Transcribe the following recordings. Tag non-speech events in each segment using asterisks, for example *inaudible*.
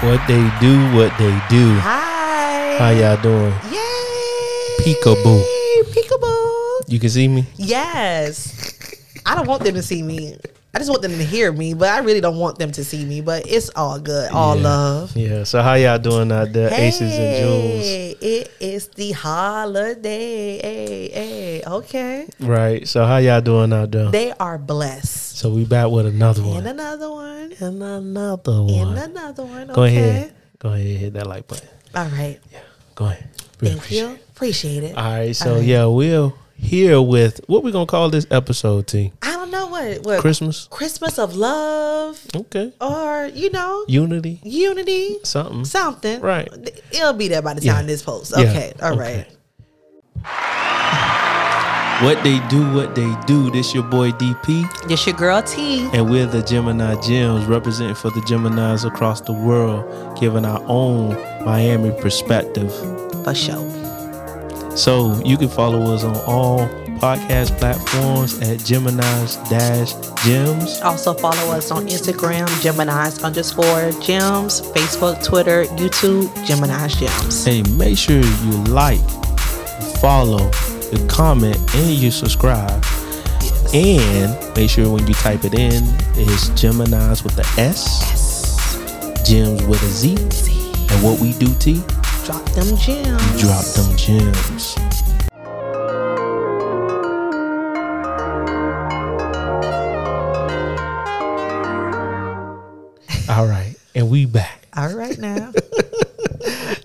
What they do, what they do. Hi. How y'all doing? Yay. Peekaboo. Peekaboo. You can see me? Yes. I don't want them to see me. I just want them to hear me, but I really don't want them to see me. But it's all good. All yeah. love. Yeah. So how y'all doing out there, Aces and Jules? Hey, It is the holiday. Hey, hey. Okay. Right. So how y'all doing out there? They are blessed. so we back with another And one. another one. And another And one. another one. Okay. Go ahead. Go ahead. Hit that like button. All right. Yeah. Go ahead. We Thank appreciate you. it. Appreciate it. All right. So right. yeah, we're here with what we gonna call this episode, T. I don't know what, what Christmas. Christmas of love Okay. or, you know, Unity. unity, Something. something. Right. It'll be there by the Yeah. time this posts. Yeah. Okay. All right. Okay. What they do, what they do. This your boy DP, It's your girl T. and we're the Gemini Gems, representing for the Geminis across the world, giving our own Miami perspective. For sure. So you can follow us on all podcast platforms at Gemini's Dash Gems. Also follow us on Instagram, Gemini's underscore gems, Facebook, Twitter, YouTube, Gemini's gems. Hey, make sure you like, follow, you comment, and you subscribe. And make sure when you type it in, it's Gemini's with the S, Gems with a Z. And what we do, T, Drop them gems. drop them gems. All right, and we back. All right now.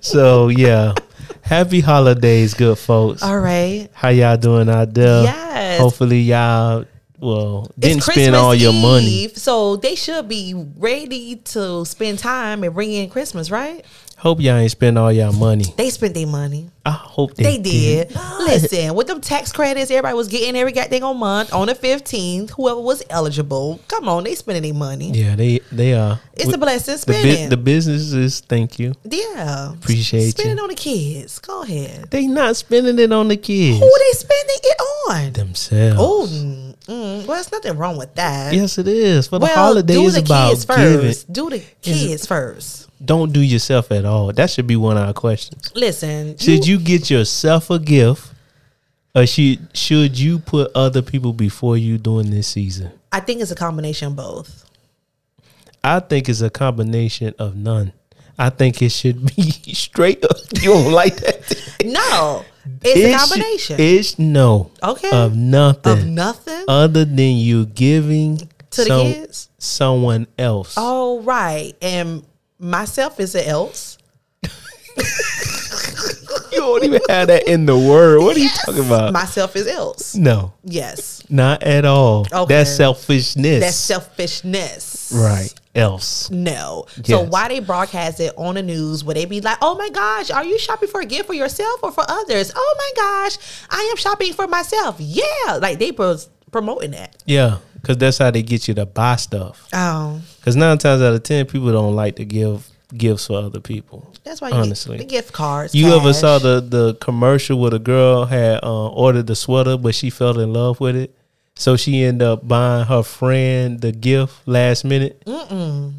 So yeah, happy holidays, good folks. *laughs* All right. How y'all doing out there? Yes. Hopefully y'all well didn't It's spend Christmas all your money. Eve, so they should be ready to spend time and bring in Christmas, right? Hope y'all ain't spend all y'all money. They spent their money. I hope they, They did. *gasps* Listen, with them tax credits, everybody was getting every goddamn month on the fifteenth. Whoever was eligible, come on, they spending their money. Yeah, they they are. It's a blessing. the, Spend bu- it. the businesses. Thank you. yeah, Appreciate Spend you. it on the kids. Go ahead. They not spending it on the kids Who they spending it on? themselves. Oh, mm, mm, well, there's nothing wrong with that. yes, it is. For the well, holiday do is the about kids giving. first. Do the kids first. Don't do yourself at all. That should be one of our questions. Listen, Should you get yourself a gift, or should should you put other people before you during this season? I think it's a combination of both. I think it's a combination of none. I think it should be *laughs* straight up. You don't like that? No, it's It should- a combination. It's no okay, of of, nothing nothing other than you giving to the some- kids. Oh. someone else. All right, and myself is an else. You don't even have that in the word. What are you talking about? Myself is else. no, Yes, not at all. Okay. That's selfishness. that's selfishness. right. Else. No. So Yes. why they broadcast it on the news where they be like, oh my gosh, are you shopping for a gift for yourself or for others? Oh my gosh, I am shopping for myself. Yeah. Like they was promoting that. Yeah, because that's how they get you to buy stuff. Oh. Because nine times out of ten, people don't like to give gifts for other people. That's why you Honestly. Honestly. get the gift cards. You ever cash. saw the the commercial where the girl had uh, ordered the sweater, but she fell in love with it, so she ended up buying her friend the gift last minute. Mm-hmm.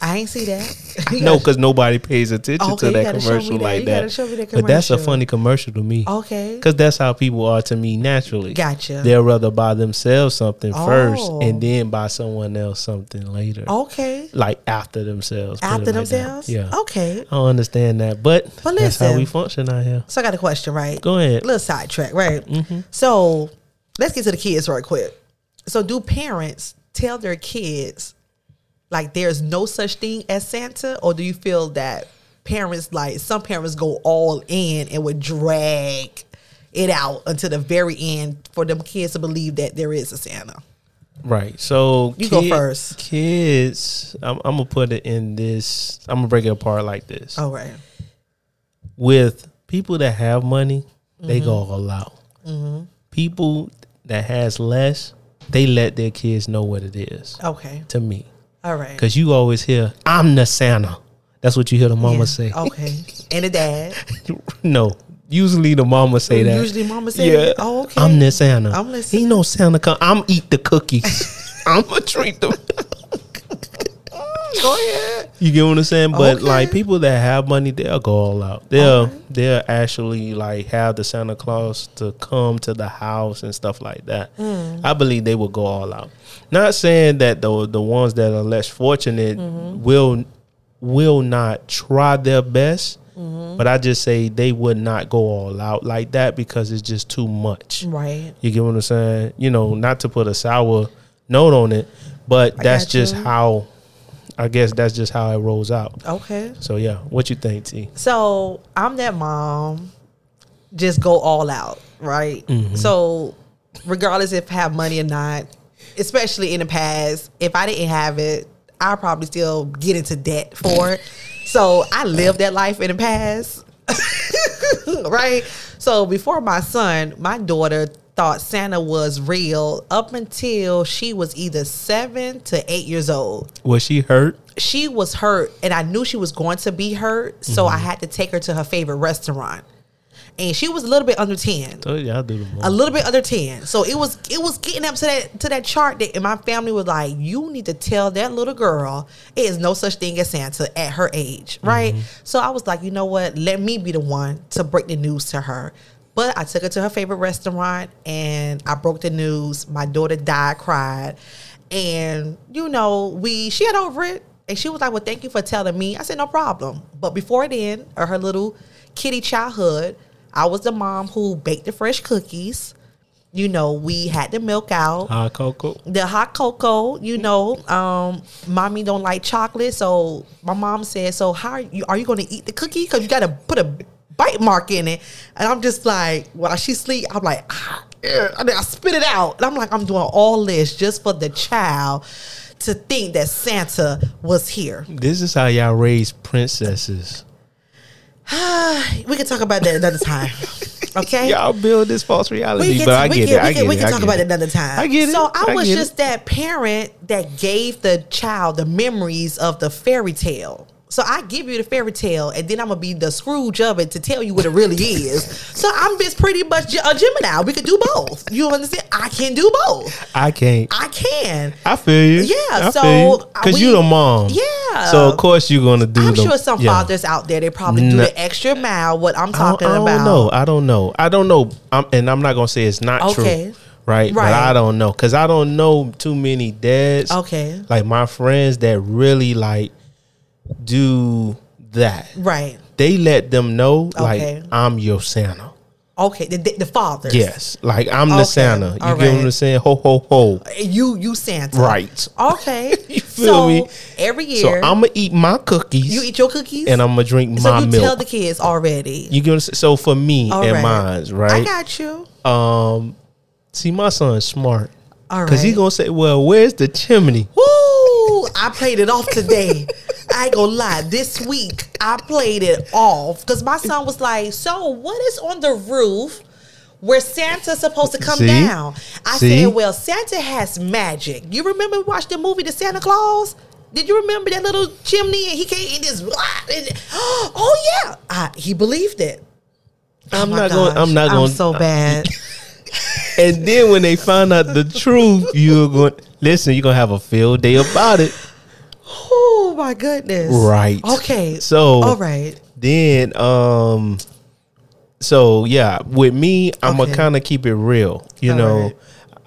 I ain't *laughs* see that. You No, gotta- because nobody pays attention Okay, to Oh, you that gotta show me commercial that. like You that. gotta show me that But that's a commercial. funny commercial to me. *laughs* Okay. Because that's how people are to me naturally. Gotcha. They'll rather buy themselves something first Oh. and then buy someone else something later. Okay. Like after themselves. put it After like that. themselves? yeah. Okay. I don't understand that. But But that's how listen. we function out here. So I got a question, right? Go ahead. Mm-hmm. little sidetrack, right? So let's get to the kids real quick. So do parents tell their kids like there's no such thing as Santa, or do you feel that parents like some parents go all in and would drag it out until the very end for them kids to believe that there is a Santa? Right. So You go first. Kids, I'm, I'm gonna put it in this. I'm gonna break it apart like this. All right. With people that have money, Mm-hmm. they go all out. People that has less, they let their kids know what it is. Okay. To me, All right. because you always hear, "I'm the Santa." That's what you hear the mama Yeah. Oh. say. Okay. And the dad. *laughs* no, usually the mama say that. Usually mama say that? Oh, okay. I'm the Santa. I'm I'm listening. listening. He *laughs* know Santa come. I'm eat the cookies. I'm gonna treat them. *laughs* Go ahead. You get what I'm saying? But Okay. like people that have money, they'll go all out. They'll they'll actually like have the Santa Claus to come to the house and stuff like that. I believe they will go all out. Not saying that the the ones that are less fortunate will will not try their best, but I just say they would not go all out like that because it's just too much. Right. You get what I'm saying? You know, not to put a sour note on it, but that's got just you. how I guess that's just how it rolls out. Okay. So yeah, what you think, T? So I'm that mom. Just go all out, right? So regardless if I have money or not, especially in the past, if I didn't have it, I probably still get into debt for it. So I lived that life in the past. *laughs* right? So before my son, my daughter thought Santa was real up until she was either seven to eight years old Was she hurt? she was hurt and I knew she was going to be hurt, so I had to take her to her favorite restaurant. And she was a little bit under 10. Oh yeah, I do the A most. little bit under 10. So it was it was getting up to that to that chart that and my family was like, you need to tell that little girl it is no such thing as Santa at her age. Right. So I was like, you know what? Let me be the one to break the news to her. But I took her to her favorite restaurant and I broke the news. My daughter died, cried. And, you know, we she had over it. And she was like, Well, thank you for telling me. I said, No problem. But before then, or her little kitty childhood, I was the mom who baked the fresh cookies. You know, we had the milk out Ah, Coco. the hot cocoa, you know, um, mommy don't like chocolate, so my mom said, "So how are you? Are you going to eat the cookie? Because you got to put a bite mark in it." And I'm just like, while she sleep, I'm like, ah, eh," and then I spit it out, and I'm like, I'm doing all this just for the child to think that Santa was here. *sighs* This is how y'all raise princesses. we can talk about that another time, okay? Y'all build this false reality, can- but I get can, it. I get we can, it. we can I talk get about it. it another time. I get it. So I, I was get just that parent that gave the child the memories of the fairy tale. So I give you the fairy tale, and then I'm gonna be the Scrooge of it to tell you what it really is. So I'm just pretty much a Gemini. We could do both. You understand? I can do both. I can't. I can. I feel you. Yeah, I so because we- you the mom. Yeah. So of course you're gonna do. I'm the- sure some yeah. fathers out there they probably do No. the extra mile. What I'm I don't- talking I don't, about. know. I don't know. I don't know. I'm, and I'm not gonna say it's not Okay. true, right? But Right. I don't know because I don't know too many dads. Okay. like my friends that really like do that. Right. They let them know, Okay. like I'm your Santa. Okay. The, the, the fathers. Yes, like I'm the Okay. Santa. You All get what right. I'm saying? Ho ho ho! You you Santa. Right. Okay. *laughs* You feel so me? Every year, So I'm gonna eat my cookies you eat your cookies, and I'm gonna drink so my you milk. tell the kids already. you get what I'm saying? So for me All and right. mine's I right. got you. Um, see, my son's smart. All Cause he right. gonna say, "Well, where's the chimney?" Woo! I played it off today. *laughs* I ain't gonna lie. This week I played it off because my son was like, "So what is on the roof?" Where Santa's supposed to come See? down. I See? said, Well, Santa has magic. You remember we watched the movie The Santa Claus? Did you remember that little chimney and he came and just *gasps* and- oh yeah. I, he believed it. Oh I'm my not gonna- I'm not gonna- so bad. And then when they find out the truth, you're going listen. You're gonna have a field day about it, oh my goodness. right? Okay. So all right. Then, um, so yeah, with me, I'm Okay. gonna kind of keep it real. You All know, right.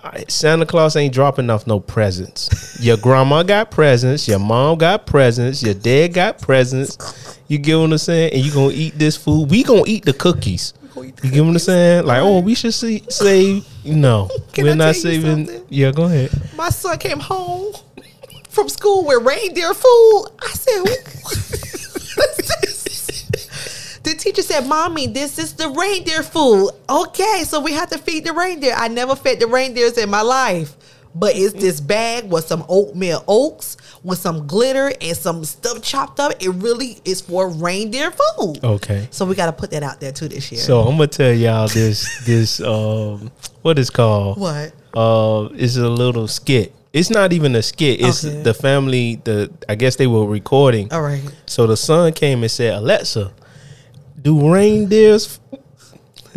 I, Santa Claus ain't dropping off no presents. your grandma got presents. Your mom got presents. Your dad got presents. You get what I'm saying? And you gonna eat this food? We gonna eat the cookies. gonna eat the you get what I'm saying? Like, oh, we should see, save. No, *laughs* Can we're I not tell you saving. something? Yeah, go ahead. my son came home from school with reindeer food. I said, "What?" *laughs* The teacher said, Mommy, this is the reindeer food. Okay, so we have to feed the reindeer. I never fed the reindeers in my life. But it's this bag with some oatmeal oats with some glitter and some stuff chopped up. It really is for reindeer food. Okay. So we got to put that out there too this year. Oh. So I'm gonna tell y'all this. This um, what is called? what? uh it's a little skit it's not even a skit it's Okay. the family the i guess they were recording All right. so the son came and said alexa do reindeers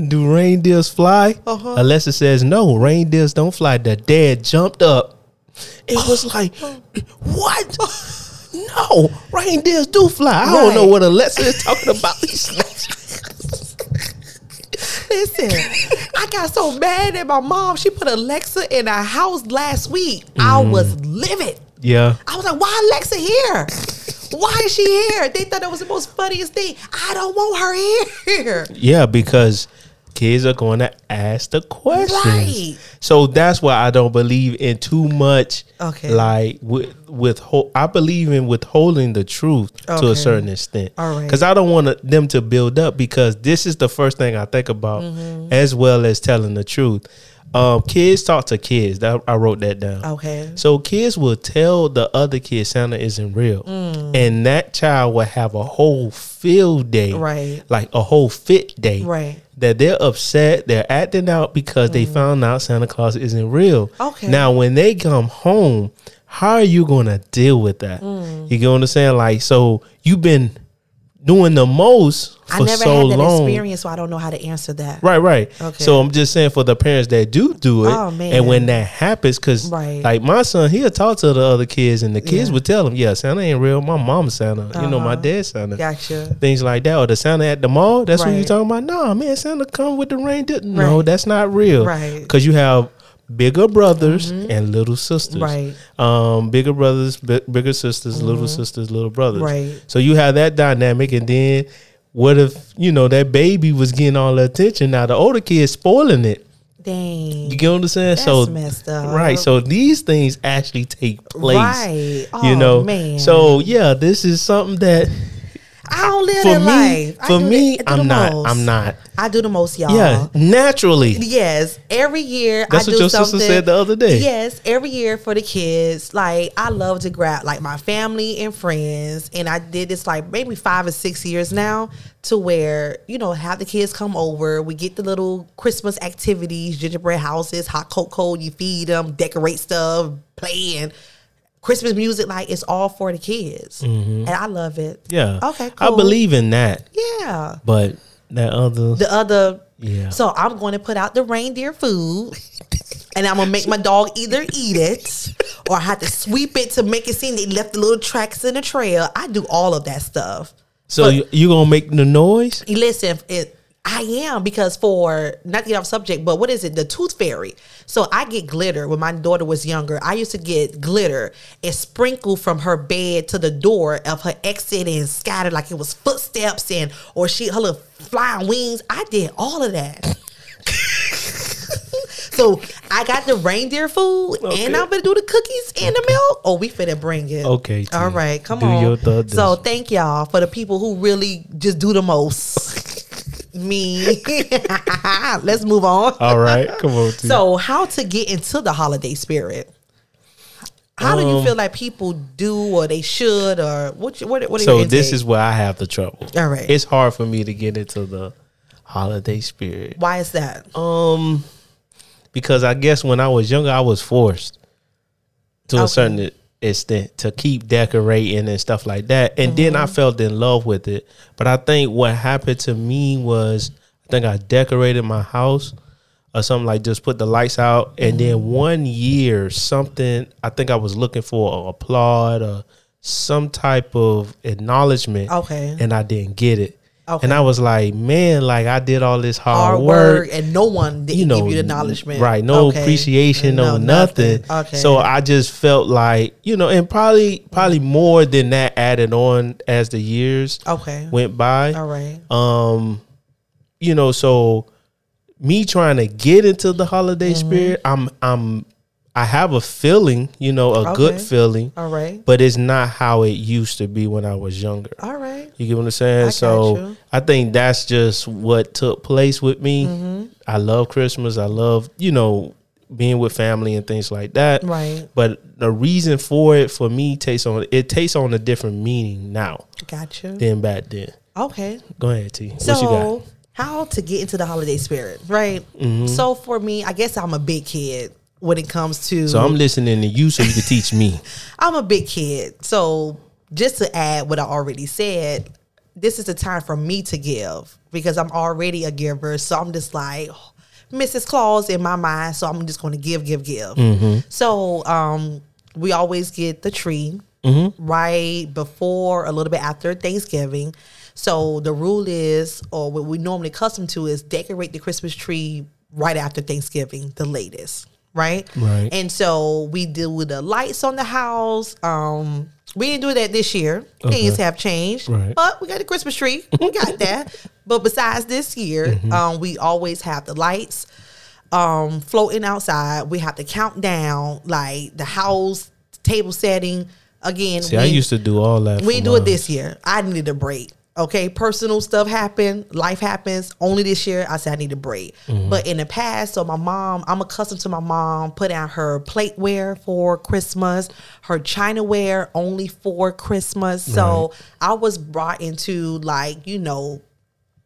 do reindeers fly Uh-huh. alexa says no reindeers Oh. *laughs* don't fly the dad jumped up it was like what No, reindeers do fly. I Right. don't know what Alexa is talking about. *laughs* These snakes. Listen, I got so mad at my mom. She put Alexa in our house last week. I Mm-hmm. was livid. yeah. I was like, why Alexa here? Why is she here? They thought that was the most funniest thing. I don't want her here. Yeah, because kids are going to ask the questions. Right. So that's why I don't believe in too much. Okay. Like with with I believe in withholding the truth to Okay. a certain extent. All right. Because I don't want them to build up because this is the first thing I think about, Mm-hmm. as well as telling the truth. Um, kids talk to kids. That, I wrote that down. Okay. So kids will tell the other kid Santa isn't real, Mm. and that child will have a whole field day, Right. Like a whole fit day, Right. Mm. That they're upset, they're acting out because they found out Santa Claus isn't real. Okay. Now when they come home, how are you going to deal with that? Mm. You get what I'm saying? Like so, you've been doing the most for I never so had that long. experience, so I don't know how to answer that. Right, right. Okay. So I'm just saying for the parents that do do it, Oh, man. and when that happens, because Right. like my son, he'll talk to the other kids, and the kids Yeah. would tell him, "Yeah, Santa ain't real. My mom Santa. You know, my Uh-huh. dad Santa. Gotcha. Things like that, or the Santa at the mall. That's what you Right. talking about. No, man, Santa come with the reindeer. No, Right. that's not real. Right. Mm-hmm. Because you have bigger brothers and little sisters. Right. Mm-hmm. Um, bigger brothers, bi- bigger sisters, little sisters, little brothers. Right. So you have that dynamic, and then what if you know that baby was getting all the attention? Now the older kid's spoiling it. Dang. You get what I'm saying? That's so messed up. right. So these things actually take place. Right. you Oh, know. man. So yeah, this is something that I don't live for that me, life. I for do me, the- I do the I'm not. most. I'm not. I do the most, y'all. Yeah, naturally. Yes, every year That's I what do your sister something. said the other day. Yes, every year for the kids, like I love to grab like my family and friends, and I did this like maybe five or six years now to where you know have the kids come over, we get the little Christmas activities, gingerbread houses, hot cocoa, you feed them, decorate stuff, playing. Christmas music, like it's all for the kids, and I love it. Mm-hmm. Yeah. Okay. I cool. believe in that, Yeah. but that other. The other yeah. so I'm going to put out the reindeer food, and I'm gonna make my dog either eat it or I have to sweep it to make it seem they left the little tracks in the trail. I do all of that stuff. so you, you gonna make the noise? Listen, it, I am because for not to get off subject, but what is it? The tooth fairy. So I get glitter when my daughter was younger. I used to get glitter and sprinkle from her bed to the door of her exit and scattered like it was footsteps and or she her little flying wings. I did all of that. *laughs* so I got the reindeer food and Okay. I'm gonna do the cookies and the milk. Oh, we finna bring it. Okay, T. All right, come Do on. your thug so this. thank y'all for the people who really just do the most. *laughs* Me. *laughs* Let's move on. All right, come on. T. *laughs* So, how to get into the holiday spirit? How do you Um, feel like people do or they should or what? You, what, what are so your this intake? is where I have the trouble. All right. it's hard for me to get into the holiday spirit. why is that? Um, because I guess when I was younger, I was forced to Okay. a certain extent to keep decorating and stuff like that, and then Mm-hmm. I felt in love with it. But I think what happened to me was I think I decorated my house or something like just put the lights out, and then Mm-hmm. one year something I think I was looking for a applaud or some type of acknowledgement Okay. and I didn't get it. Okay. And I was like, man, like I did all this hard, Our work word and no one did you know, give you the acknowledgement, right? No Okay. appreciation, no, nothing. Okay. So I just felt like you know, and probably probably more than that added on as the years okay, went by. all right, Um, you know, so me trying to get into the holiday Mm-hmm. spirit, I'm I'm I have a feeling, you know, a good Okay. feeling, all right, but it's not how it used to be when I was younger. all right. You get what I'm saying? got so you. I think that's just what took place with me. Mm-hmm. I love Christmas. I love, you know, being with family and things like that. Right. But the reason for it for me takes on it takes on a different meaning now Gotcha. than back then. Okay. Go ahead, T. What you got? So, how to get into the holiday spirit, right? Mm-hmm. So, for me, I guess I'm a big kid when it comes to. So I'm listening to you so you can teach me. I'm a big kid. So, just to add what I already said, this is the time for me to give because I'm already a giver. So, I'm just like Mrs. Claus in my mind. So, I'm just going to give, give, give. So, um, we always get the tree. right before, a little bit after Thanksgiving. So the rule is, or what we normally accustomed to, is decorate the Christmas tree right after Thanksgiving, the latest, right? Right. And so we did with the lights on the house. Um, we didn't do that this year. Things have changed, Right. but we got the Christmas tree. We *laughs* got that. But besides this year, Mm-hmm. um, we always have the lights um floating outside. We have to count down like the house table setting again. See, I we- used to do all that. we for didn't do it mine. this year. I needed a break. Okay, personal stuff happened, life happens. Only this year, I said I need a break. Mm-hmm. But in the past, so my mom, I'm accustomed to my mom putting out her plateware for Christmas, her chinaware only for Christmas. So I was brought into like you know,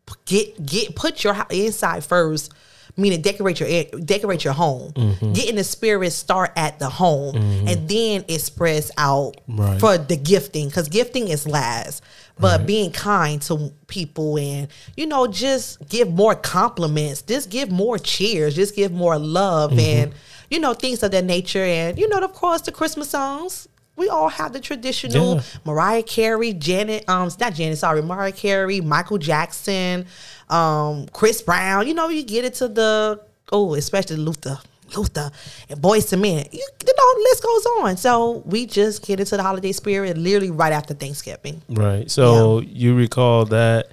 p- get get put your hou- inside first. Meaning decorate your decorate your home. Get in the spirit. Start at the home, and then it spreads out Right. for the gifting because gifting is last but being kind to people and you know just give more compliments just give more cheers just give more love and you know things of that nature and you know of course the christmas songs we all have the traditional Yeah. mariah carey janet um not janet sorry mariah carey michael jackson um chris brown you know you get it to the oh especially luther luther and boys and men you, the whole list goes on so we just get into the holiday spirit literally right after thanksgiving Right. So you recall that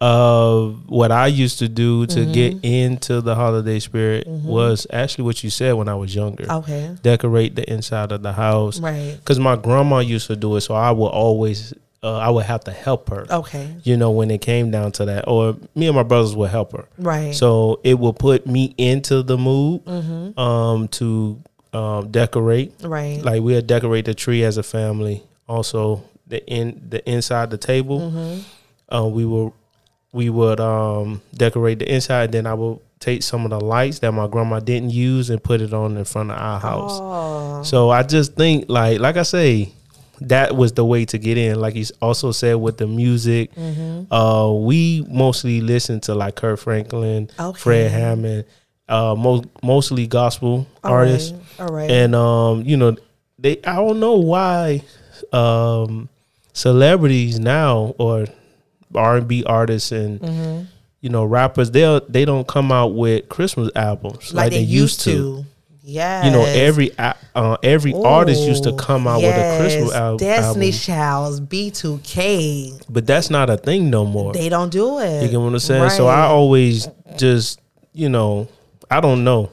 uh, what I used to do Mm-hmm. to get into the holiday spirit was actually what you said when I was younger. okay Decorate the inside of the house. Right. Because my grandma used to do it, so I would always, uh, I would have to help her. okay You know, when it came down to that, or me and my brothers would help her. right So it will put me into the mood Mm-hmm. um, to um, decorate. right Like we'll decorate the tree as a family. Also, the in the inside the table, Mm-hmm. uh, we will we would um, decorate the inside. Then I will take some of the lights that my grandma didn't use and put it on in front of our house. oh So I just think like like I say, that was the way to get in. Like he's also said with the music, Mm-hmm. uh, we mostly listen to like Kurt Franklin, Okay. Fred Hammond, uh, mo- mostly gospel artists, all right and um, you know they. I don't know why um, celebrities now or R and B artists and. You know, rappers they will they don't come out with Christmas albums like, they, used to yeah you know every a- uh, every artist used to Ooh, come out with a yes. Christmas al- Destiny album, Childs, B2K. but that's not a thing no more. They don't do it. you get what I'm saying? So I Right. always just you know I don't know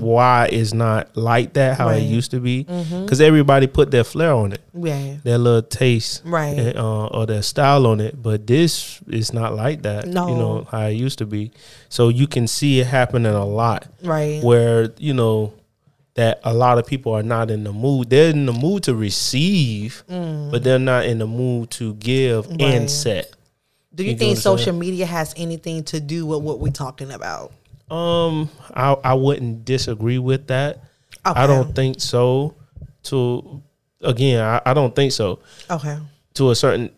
why it's not like that how Right. it used to be because everybody put their flair on it, yeah. their little taste, Right. and, uh, or their style on it. But this is not like that. No. you know how it used to be. So you can see it happening a lot Right. where you know that a lot of people are not in the mood. They're in the mood to receive, but they're not in the mood to give Mm. Right. and set. do you, you get think what I'm saying? social media has anything to do with what we're talking about? Um, I I wouldn't disagree with that. I Okay. don't think so. To again, I, I don't think so. Okay. to a certain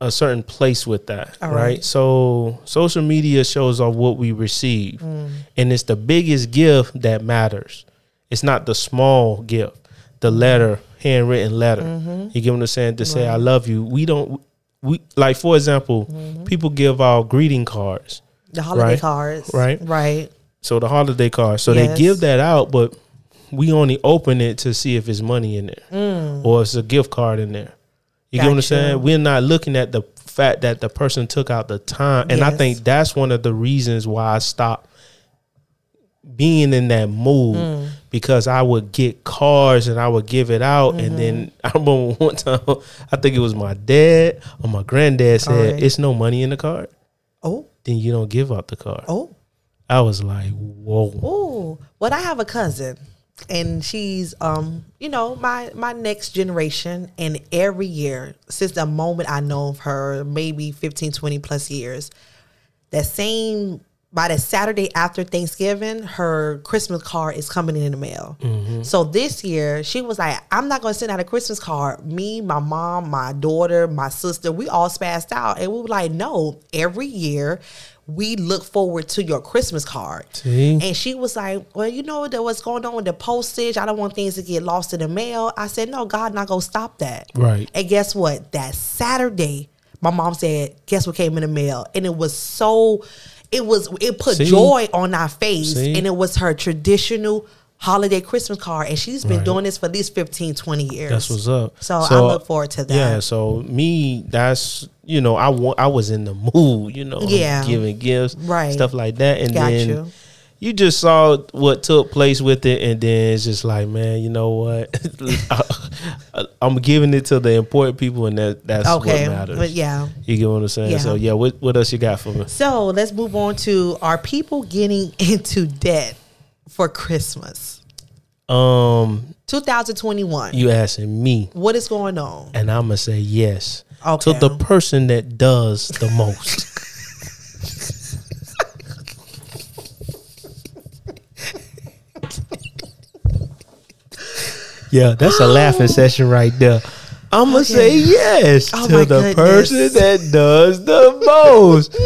a certain place with that All right. right. so social media shows off what we receive and it's the biggest gift that matters it's not the small gift the letter handwritten letter you get what i'm saying to say i love you we don't we like for example people give out greeting cards The holiday Right. cards. Right. Right. so the holiday card. So Yes. they give that out, but we only open it to see if it's money in there or it's a gift card in there. You get what I'm Mm. Gotcha. saying? We're not looking at the fact that the person took out the time, and I Yes. think that's one of the reasons why I stopped being in that mood Mm. because I would get cards and I would give it out, and then *laughs* Mm-hmm. I remember one time I think it was my dad or my granddad said, Alright. "It's no money in the card." Oh, Then you don't give out the card. oh, I was like, "Whoa!" oh. Well, I have a cousin and she's um, you know, my my next generation and every year since the moment I know of her, maybe 15, 20 plus years, that same by the Saturday after Thanksgiving, her Christmas card is coming in the mail. So this year, she was like, "I'm not going to send out a Christmas card." Me, my mom, my daughter, my sister, we all spazzed out, and we were like, "No, every year." we look forward to your Christmas card. See? And she was like, Well, you know that what's going on with the postage. I don't want things to get lost in the mail. I said, No, God not gonna stop that. Right. And guess what? That Saturday, my mom said, Guess what came in the mail? And it was so it was it put See? joy on our face. See? And it was her traditional holiday Christmas card. And she's been Right. doing this for at least 15, 20 years. That's what's up. So, I look forward to that. Yeah. So me, that's you know, I wa- I was in the mood, you know, Yeah. giving gifts, Right. stuff like that, and Got then. you. You. just saw what took place with it, and then it's just like, man, you know what? *laughs* I, am giving it to the important people, and that that's Okay. what matters. But yeah. You get what I'm saying? Yeah. So yeah, what what else you got for me? So let's move on to are people getting *laughs* into debt for Christmas Um, 2021? you asking me, what is going on? and I'm gonna say yes Okay. to the person that does the *laughs* most. yeah, that's a laughing session right there. I'm gonna say yes Oh my to the goodness. person that does the most.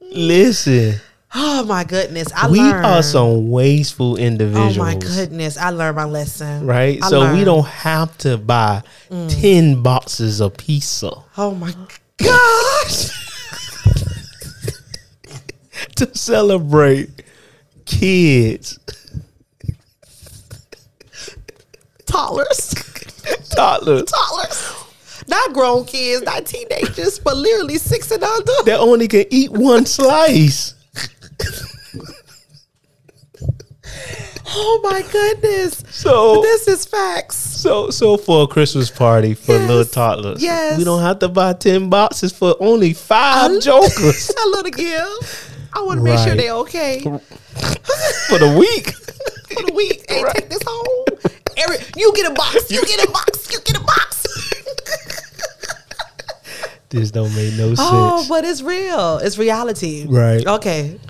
Listen, Oh my goodness! I we learned. are some wasteful oh individuals. my goodness! I learned my lesson. right? I so we learned. Mm. don't have to buy ten boxes of pizza Oh my gosh! to celebrate *laughs* kids, Toddlers, toddlers. toddlers, not grown kids, not teenagers, but literally six and under. that only can eat one slice. Oh my goodness! So This is facts. so so for a Christmas party for Yes. little toddlers, Yes. we don't have to buy ten boxes for only five jokers *laughs* I love to give. I want to make sure Right. they're okay. for the week. for the week. Hey, take this *laughs* home. Every, you get a box. You get a box. You get a box. *laughs* This don't make no sense. oh, but it's real. It's reality. Right. Okay.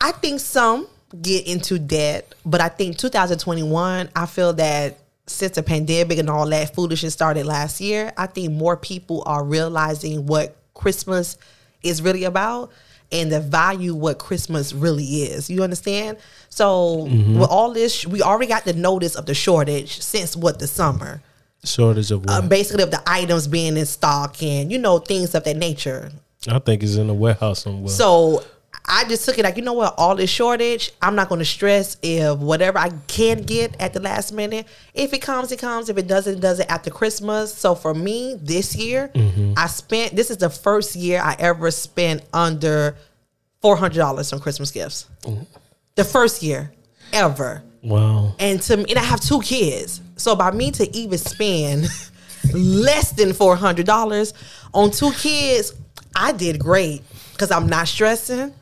I think some get into debt, but I think 2021, I feel that since the pandemic and all that foolishness started last year, I think more people are realizing what Christmas is really about and the value what Christmas really is. You understand? So with all this, we already got the notice of the shortage since what the summer Shortage of what? um, basically of the items being in stock and you know things of that nature. I think it's in a warehouse somewhere. So I just took it like you know what, all this shortage. I'm not going to stress if whatever I can get at the last minute. If it comes, it comes. If it doesn't, it doesn't after Christmas. So for me this year, I spent. This is the first year I ever spent under four hundred dollars on Christmas gifts. The first year ever wow. and to me, and I have two kids. So by me to even spend *laughs* less than four hundred dollars on two kids, I did great because I'm not stressing.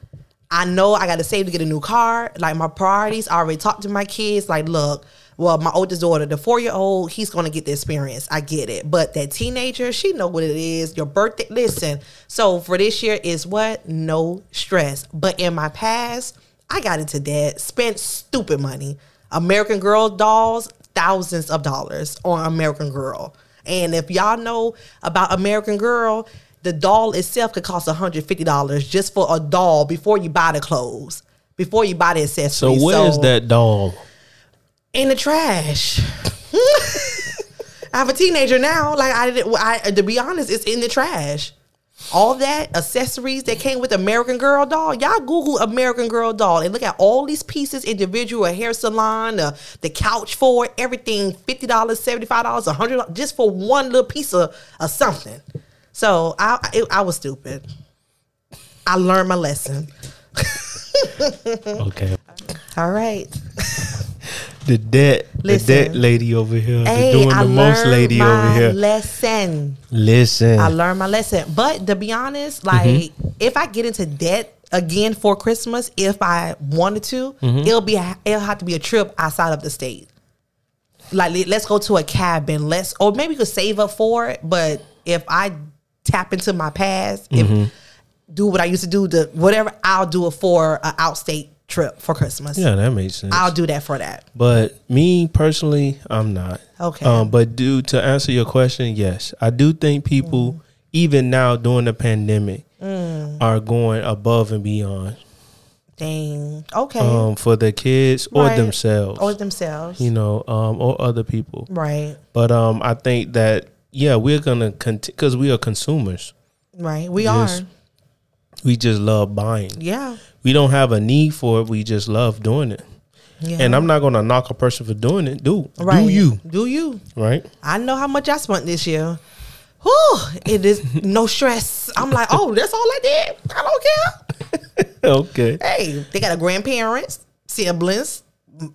I know I got to save to get a new car. Like my priorities, I already talked to my kids. Like, look, well, my oldest daughter, the four year old, he's gonna get the experience. I get it, but that teenager, she know what it is. Your birthday, listen. So for this year is what no stress. But in my past, I got into debt, spent stupid money. American Girl dolls, thousands of dollars on American Girl. And if y'all know about American Girl, the doll itself could cost $150 just for a doll before you buy the clothes, before you buy the accessories. So where is that doll? In the trash. *laughs* I have a teenager now. Like I didn't. I to be honest, it's in the trash. All that accessories that came with American Girl doll. Y'all Google American Girl doll and look at all these pieces individual a hair salon, uh, the couch for it, everything fifty dollars, seventy five dollars, a hundred dollars just for one little piece of, of something. So I I, it- I was stupid. I learned my lesson. Mm. Okay. All right. The debt, Listen. the debt lady over here, Hey, the doing I the most learned lady over my here. lesson. Listen, I learned my lesson. But to be Mm-hmm. honest, like if I get into debt again for Christmas, if I wanted to, Mm-hmm. it'll be it'll have to be a trip outside of the state. Like let- let's go to a cabin. Let's or maybe we could save up for it. But if I tap into my past, Mm-hmm. if do what I used to do, the whatever I'll do it for an outstate trip for Christmas. yeah, that makes sense. I'll do that for that. but me personally, I'm not. Okay. Um, but Mm. due to answer your question, yes, I do think people even now during the pandemic are going above and beyond Dang. Okay. um, for their kids or Right. themselves, or themselves. you know, um, or other people. Right. But um, I think that yeah, we're gonna continue because we are consumers. Right. We Yes. are. We just love buying. Yeah. We don't have a need for it. We just love doing it. Yeah. And I'm not gonna knock a person for doing it. Do right. do you Do you? right? I know how much I spent this year. Whew, it is no stress. I'm like, oh, that's all I did. I don't care. okay. Hey, they got a grandparents, siblings, m-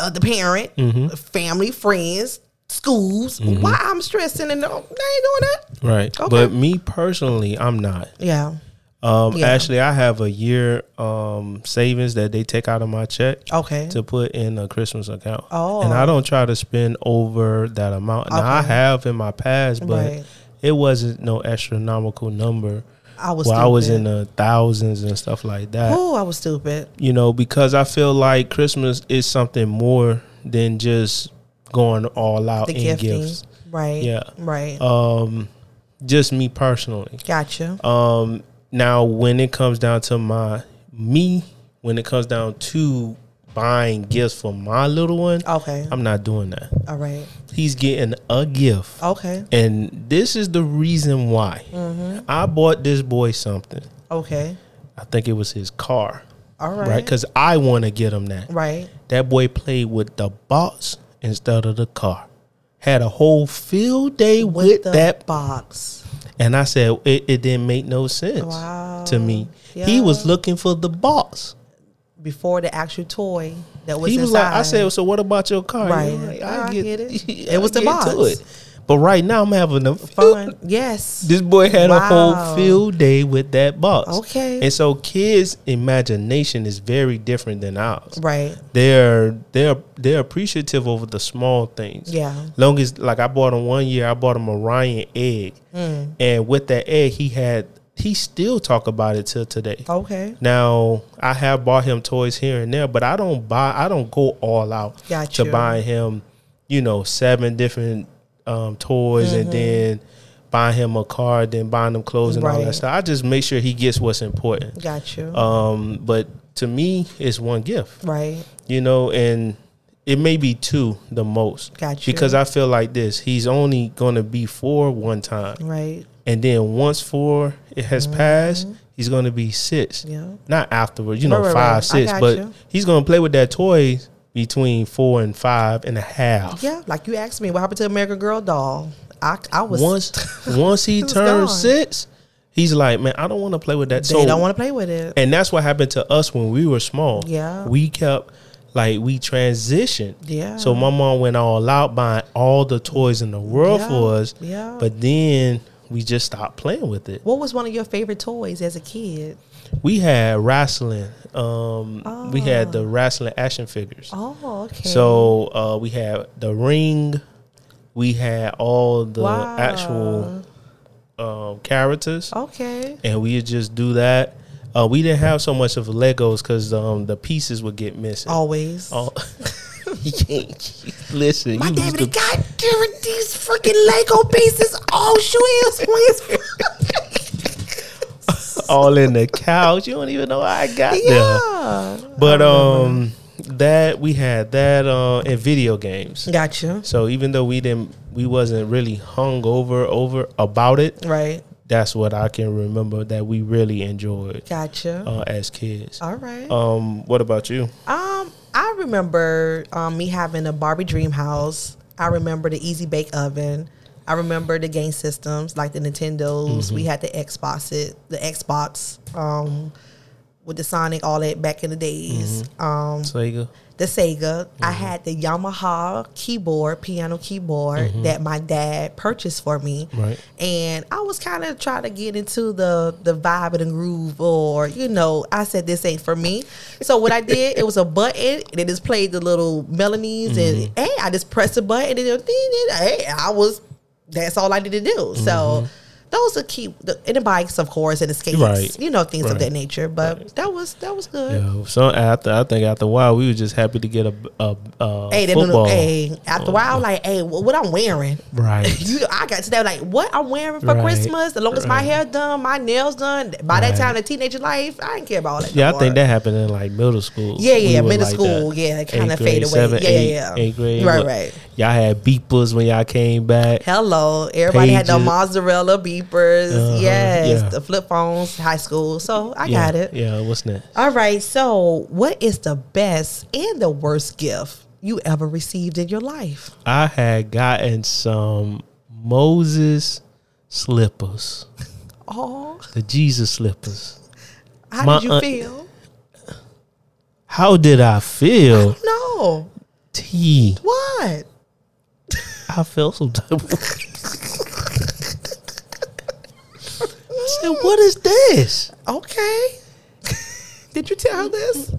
other uh, parent, Mm-hmm. family, friends, schools. Why I'm stressing and no, they ain't doing that. Right. Okay. But me personally, I'm not. Yeah. Um, Yeah. Actually, I have a year um, savings that they take out of my check Okay. to put in a Christmas account. Oh. And I don't try to spend over that amount. Now, I Okay. have in my past, but Right. it wasn't no astronomical number. I was. Well, I was in uh, the. the thousands and stuff like that. Oh, I was stupid. You know, because I feel like Christmas is something more than just going all out The in gifting. gifts. Right. Yeah. Right. Um, just me personally. gotcha. Um, now when it comes down to my me, when it comes down to buying gifts for my little one, okay. I'm not doing that. all right. He's getting a gift, Okay. and this is the reason why Mm-hmm. I bought this boy something. Okay. I think it was his car, All right. right? Because I want to get him that. Right. That boy played with the box instead of the car. Had a whole field day with, With the that box. And I said it, it didn't make no sense Wow. to me. He was Yeah. looking for the boss. before the actual toy that was he was inside. like, I said, so what about your car? Right. He was like, I get it. It *laughs* I was the get to box. But right now I'm having a fun. fun. Yes. *laughs* This boy had a whole Wow. field day with that box. Okay. And so kids' imagination is very different than ours. Right. They're they're they're appreciative over the small things. Yeah. Long as like I bought him one year, I bought him a Ryan egg, Mm. and with that egg, he had he still talk about it till today. Okay. Now I have bought him toys here and there, but I don't buy I don't go all out Got to you. buying him, you know, seven different um, toys Mm-hmm. and then buying him a car, then buying him clothes and all that Right. stuff. I just make sure he gets what's important. Got you. Um, but to me, it's one gift right. you know, and it may be two the most. Got you. Because I feel like this, he's only gonna be four one time, Right. and then once four it has Mm-hmm. passed, he's gonna be six. Yeah. Not afterwards, you know, Right, right, five, right. I six, got but you. he's gonna play with that toy between four and five and a half. Yeah. Like you asked me, what happened to American Girl doll? I, I was. *laughs* Once, *laughs* once he was turns gone. six, he's like, man, I don't want to play with that. they don't want to play with it. and that's what happened to us when we were small. Yeah. we kept like we transitioned. Yeah. So my mom went all out buying all the toys in the world Yeah, for us. yeah. But then we just stopped playing with it. What was one of your favorite toys as a kid? We had wrestling. Um, we had the wrestling action figures. Oh, okay. So uh, we had the ring. We had all the Wow. actual um, characters. Okay. and we would just do that. Uh, we didn't have so much of Legos because um, the pieces would get missing. Always. Oh. *laughs* You can't- Listen, My you damn used it, to, God damn it, these freaking Lego pieces. Oh, shoe is *laughs* all in the couch. You don't even know how I got there. Yeah. But um, that we had that uh, in video games. Gotcha. So even though we didn't, we wasn't really hung over over about it. Right. That's what I can remember that we really enjoyed Gotcha. uh, as kids. All right. Um, what about you? Um, I remember um, me having a Barbie dream house. I remember the Easy Bake Oven. I remember the game systems like the Nintendos. We had the Xbox, it, the Xbox um, with the Sonic, all that back in the days. Um, Sega. the Sega. I had the Yamaha keyboard, piano keyboard that my dad purchased for me. Right. And I was kind of trying to get into the the vibe and the groove, or you know, I said this ain't for me. So what I did, it was a button, and it just played the little melodies, Mm-hmm. and Mm-hmm. hey, I just pressed the button, and it, ding, ding, hey, I was. That's all I needed to do. So Those are key, the, and the bikes, of course, and the skates, Right. you know, things of Right. that nature. But that was that was good. Yo, so after I think after a while we were just happy to get a a, a Hey, they don't football. Oh, know, hey, after a while, like, hey, wh- what I'm wearing? Right. *laughs* You, I got to that, like, what I'm wearing for Right. Christmas? As long as my Right. hair done, my nails done. By that Right. time, the teenager life, I didn't care about all that. no Yeah, I more. think that happened in like middle school. Yeah, yeah, were middle like school, that. yeah, it kinda Eighth grade, fade away. seventh, Yeah, yeah, eighth- yeah. Eighth grade, Right, what- right. Y'all had beepers when y'all came back. Hello, everybody had the Pages. mozzarella beepers. Uh-huh, Yes, yeah. the flip phones, high school. So I yeah, got it. Yeah, what's next? All right. So, what is the best and the worst gift you ever received in your life? I had gotten some Moses slippers, Oh, the Jesus slippers. how My did you aunt- feel? How did I feel? No. T. What? I felt some type of. I said, "What is this?" Okay. *laughs* did you tell her this?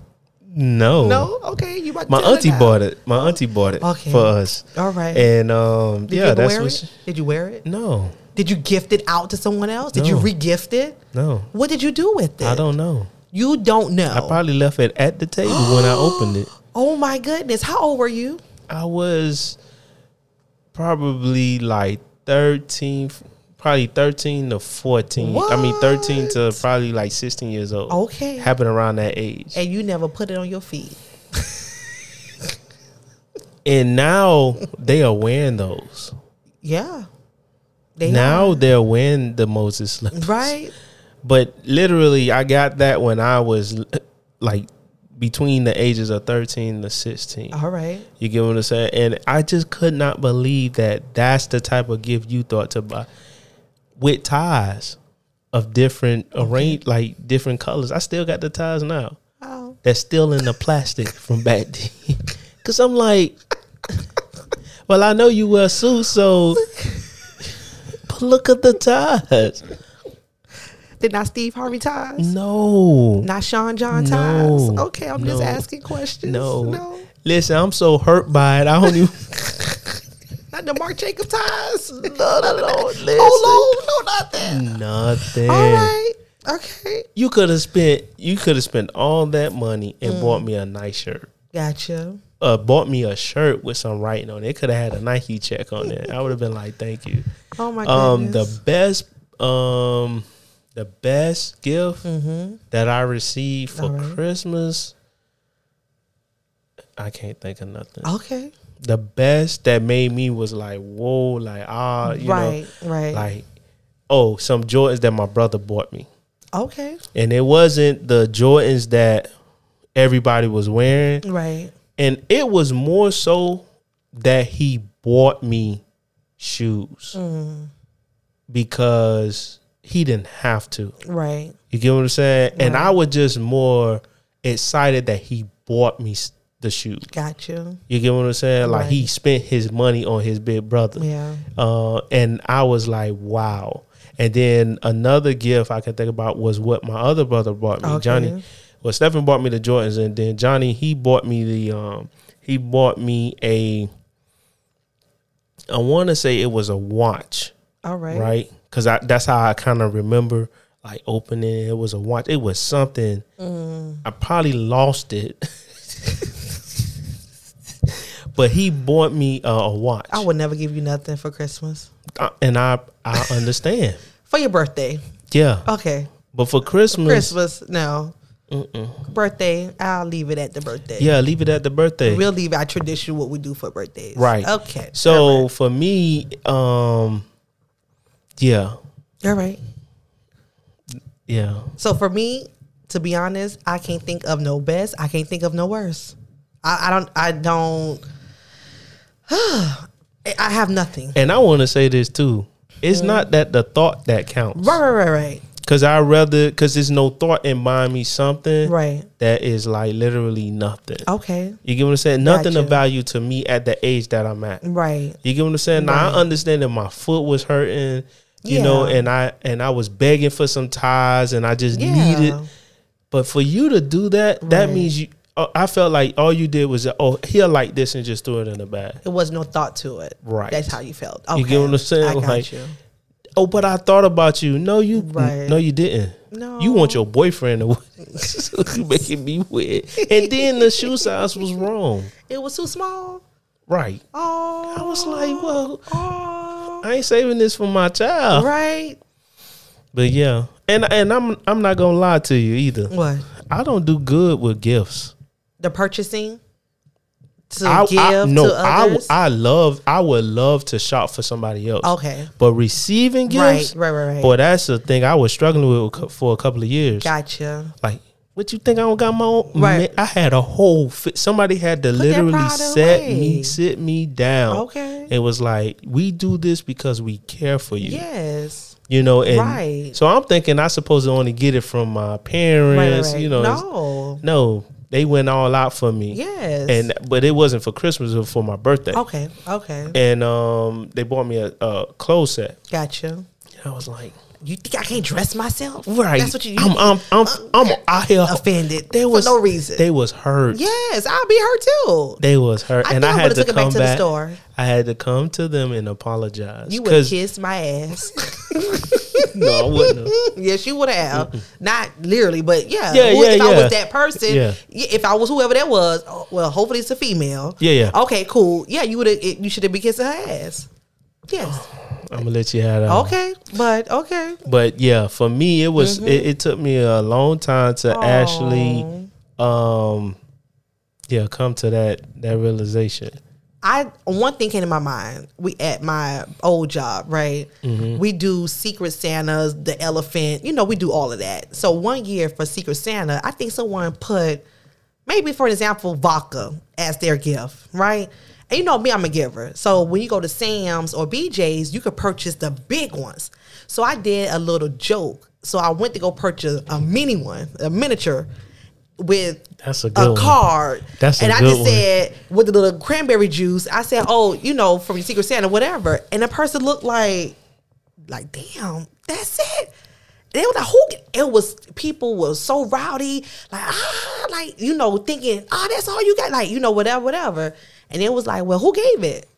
No, No. Okay. You about to My tell her auntie now. bought it. My auntie bought it Okay. for us. All right. And um, Did you yeah, ever that's wear what. it? she- did you wear it? no, Did you gift it out to someone else? Did you No. re-gift it? no, What did you do with it? I don't know. You don't know. I probably left it at the table when I opened *gasps* it. Oh my goodness. How old were you? I was probably like 13, probably 13 to 14. I mean, 13 to probably like 16 years old. Okay. Happened around that age. And you never put it on your feet. And now they are wearing those. Yeah. They Now they're wearing the Moses slippers. right? But literally, I got that when I was like between the ages of 13 to 16. All right. You get what I'm saying? And I just could not believe that that's the type of gift you thought to buy with ties of different arrange like different colors. I still got the ties now. Oh. That's still in the plastic from back then. *laughs* Cause I'm like, well, I know you wear suits, so but look at the ties. Did not Steve Harvey ties? No. Not Sean John No. ties? Okay, I'm just No. asking questions. No. No. Listen, I'm so hurt by it. I don't even *laughs* Not the Mark Jacob ties. *laughs* no, no, no, listen. Oh, no, no, not that. nothing. All right. Okay. You could have spent you could have spent all that money and Mm. bought me a nice shirt. Gotcha. Uh, bought me a shirt with some writing on it. It could have had a Nike check on it. I would have been like, "Thank you." Oh my Um, goodness. the best, um, the best gift that I received for Mm-hmm. All right. Christmas. I can't think of nothing. okay. The best that made me was like, "Whoa!" Like, ah, you Right, know, right. Like, oh, some Jordans that my brother bought me Okay. and it wasn't the Jordans that everybody was wearing, Right. and it was more so that he bought me shoes because he didn't have to. Right. You get what I'm saying? And I was just more excited that he bought me s- the shoes. Gotcha. You get what I'm saying? Like Right. he spent his money on his big brother. Yeah. Uh, and I was like, wow. And then another gift I can think about was what my other brother bought me, Okay. Johnny. Well, Stephen bought me the Jordans, and then Johnny he bought me the um he bought me a. I want to say it was a watch, All right. right? Because I that's how I kind of remember like opening it. It was a watch. It was something. I probably lost it. *laughs* But he bought me uh, a watch. I would never give you nothing for Christmas. I- and I *laughs* I understand. For your birthday. Yeah, Okay. but for Christmas, Oh, Christmas, no. Birthday, I'll leave it at the birthday. yeah, leave it at the birthday. We'll leave our tradition what we do for birthdays. right. Okay. So for me, um, yeah, All right. yeah. So for me, to be honest, I can't think of no best. I can't think of no worse. I, I don't I don't *sighs* I- I have nothing. And I want to say this too. It's not that the thought that counts, Right, right, right, right. Cause I rather, cause there's no thought in buying me something Right. that is like literally nothing. Okay. You get what I'm saying? Nothing of Gotcha. value to me at the age that I'm at. Right. You get what I'm saying? Now I understand that my foot was hurting, you know, Yeah. and I and I was begging for some ties, and I just Yeah. needed. But for you to do that, that means you. uh, I felt like all you did was oh he'll like this and just threw it in the bag. It was no thought to it. Right. That's how you felt. Okay. get what I'm saying? I got Like, you. oh, but I thought about you. No, you Right. no, you didn't. No. You want your boyfriend *laughs* to you making me weird. And then the shoe size was wrong. It was too small. Right. Oh, I was like, well, oh, I ain't saving this for my child. right. But yeah. And and I'm I'm not gonna lie to you either. What I don't do good with gifts. the purchasing to I, give I no, to I others? I love I would love to shop for somebody else. okay, But receiving gifts, right, right, right, right. boy, that's the thing I was struggling with co- for a couple of years. Gotcha. Like, what you think I don't got my own? Right. Man, I had a whole fit. Somebody had to that literally pride set away. me, sit me down. Okay. It was like we do this because we care for you, Yes. you know. And Right. so I'm thinking I supposed to only get it from my Right, right, parents, right. you know. it's- no. no, they went all out for me. Yes. And but it wasn't for Christmas; it was for my birthday. okay, okay, And um, they bought me a, a clothes set. gotcha. And I was like, You think I can't dress myf? Right. That's what you. you I'm I'm I'm I'm out here offended. They was for no reason. They was hurt. yes, I'll be hurt too. They was hurt. I and I think I had would've to took it back come to the back. store. I had to come to them and apologize. You would have 'Cause- kissed my ass. No, I wouldn't. have. yes, you would have. Not literally, but yeah. Yeah, Who- yeah, if I yeah. was that person, Yeah. yeah, if I was whoever that was, oh, well, hopefully it's a female. Yeah, yeah. Okay, cool. Yeah, you would have. You should have been kissing her ass. *sighs* Yes. I'm gonna let you have that. one. Okay, but okay. But yeah, for me, it Mm-hmm. was it, it took me a long time to actually, um, yeah, come to that that realization. I one thing came to my mind. We at my old job, right? We do Secret Santas, the elephant. You know, we do all of that. So one year for Secret Santa, I think someone put maybe for example vodka as their gift, right? And you know me, I'm a giver. So when you go to Sam's or BJ's, you could purchase the big ones. So I did a little joke. So I went to go purchase a mini one, a miniature with That's a good a one. card. That's a and I good just one. said with the little cranberry juice. I said, "Oh, you know, from your Secret Santa, whatever." And the person looked like, like, damn, that's it. They were like, who? It was people were so rowdy, like ah, like you know, thinking, oh, that's all you got, like you know, whatever, whatever. And it was like, well, who gave it?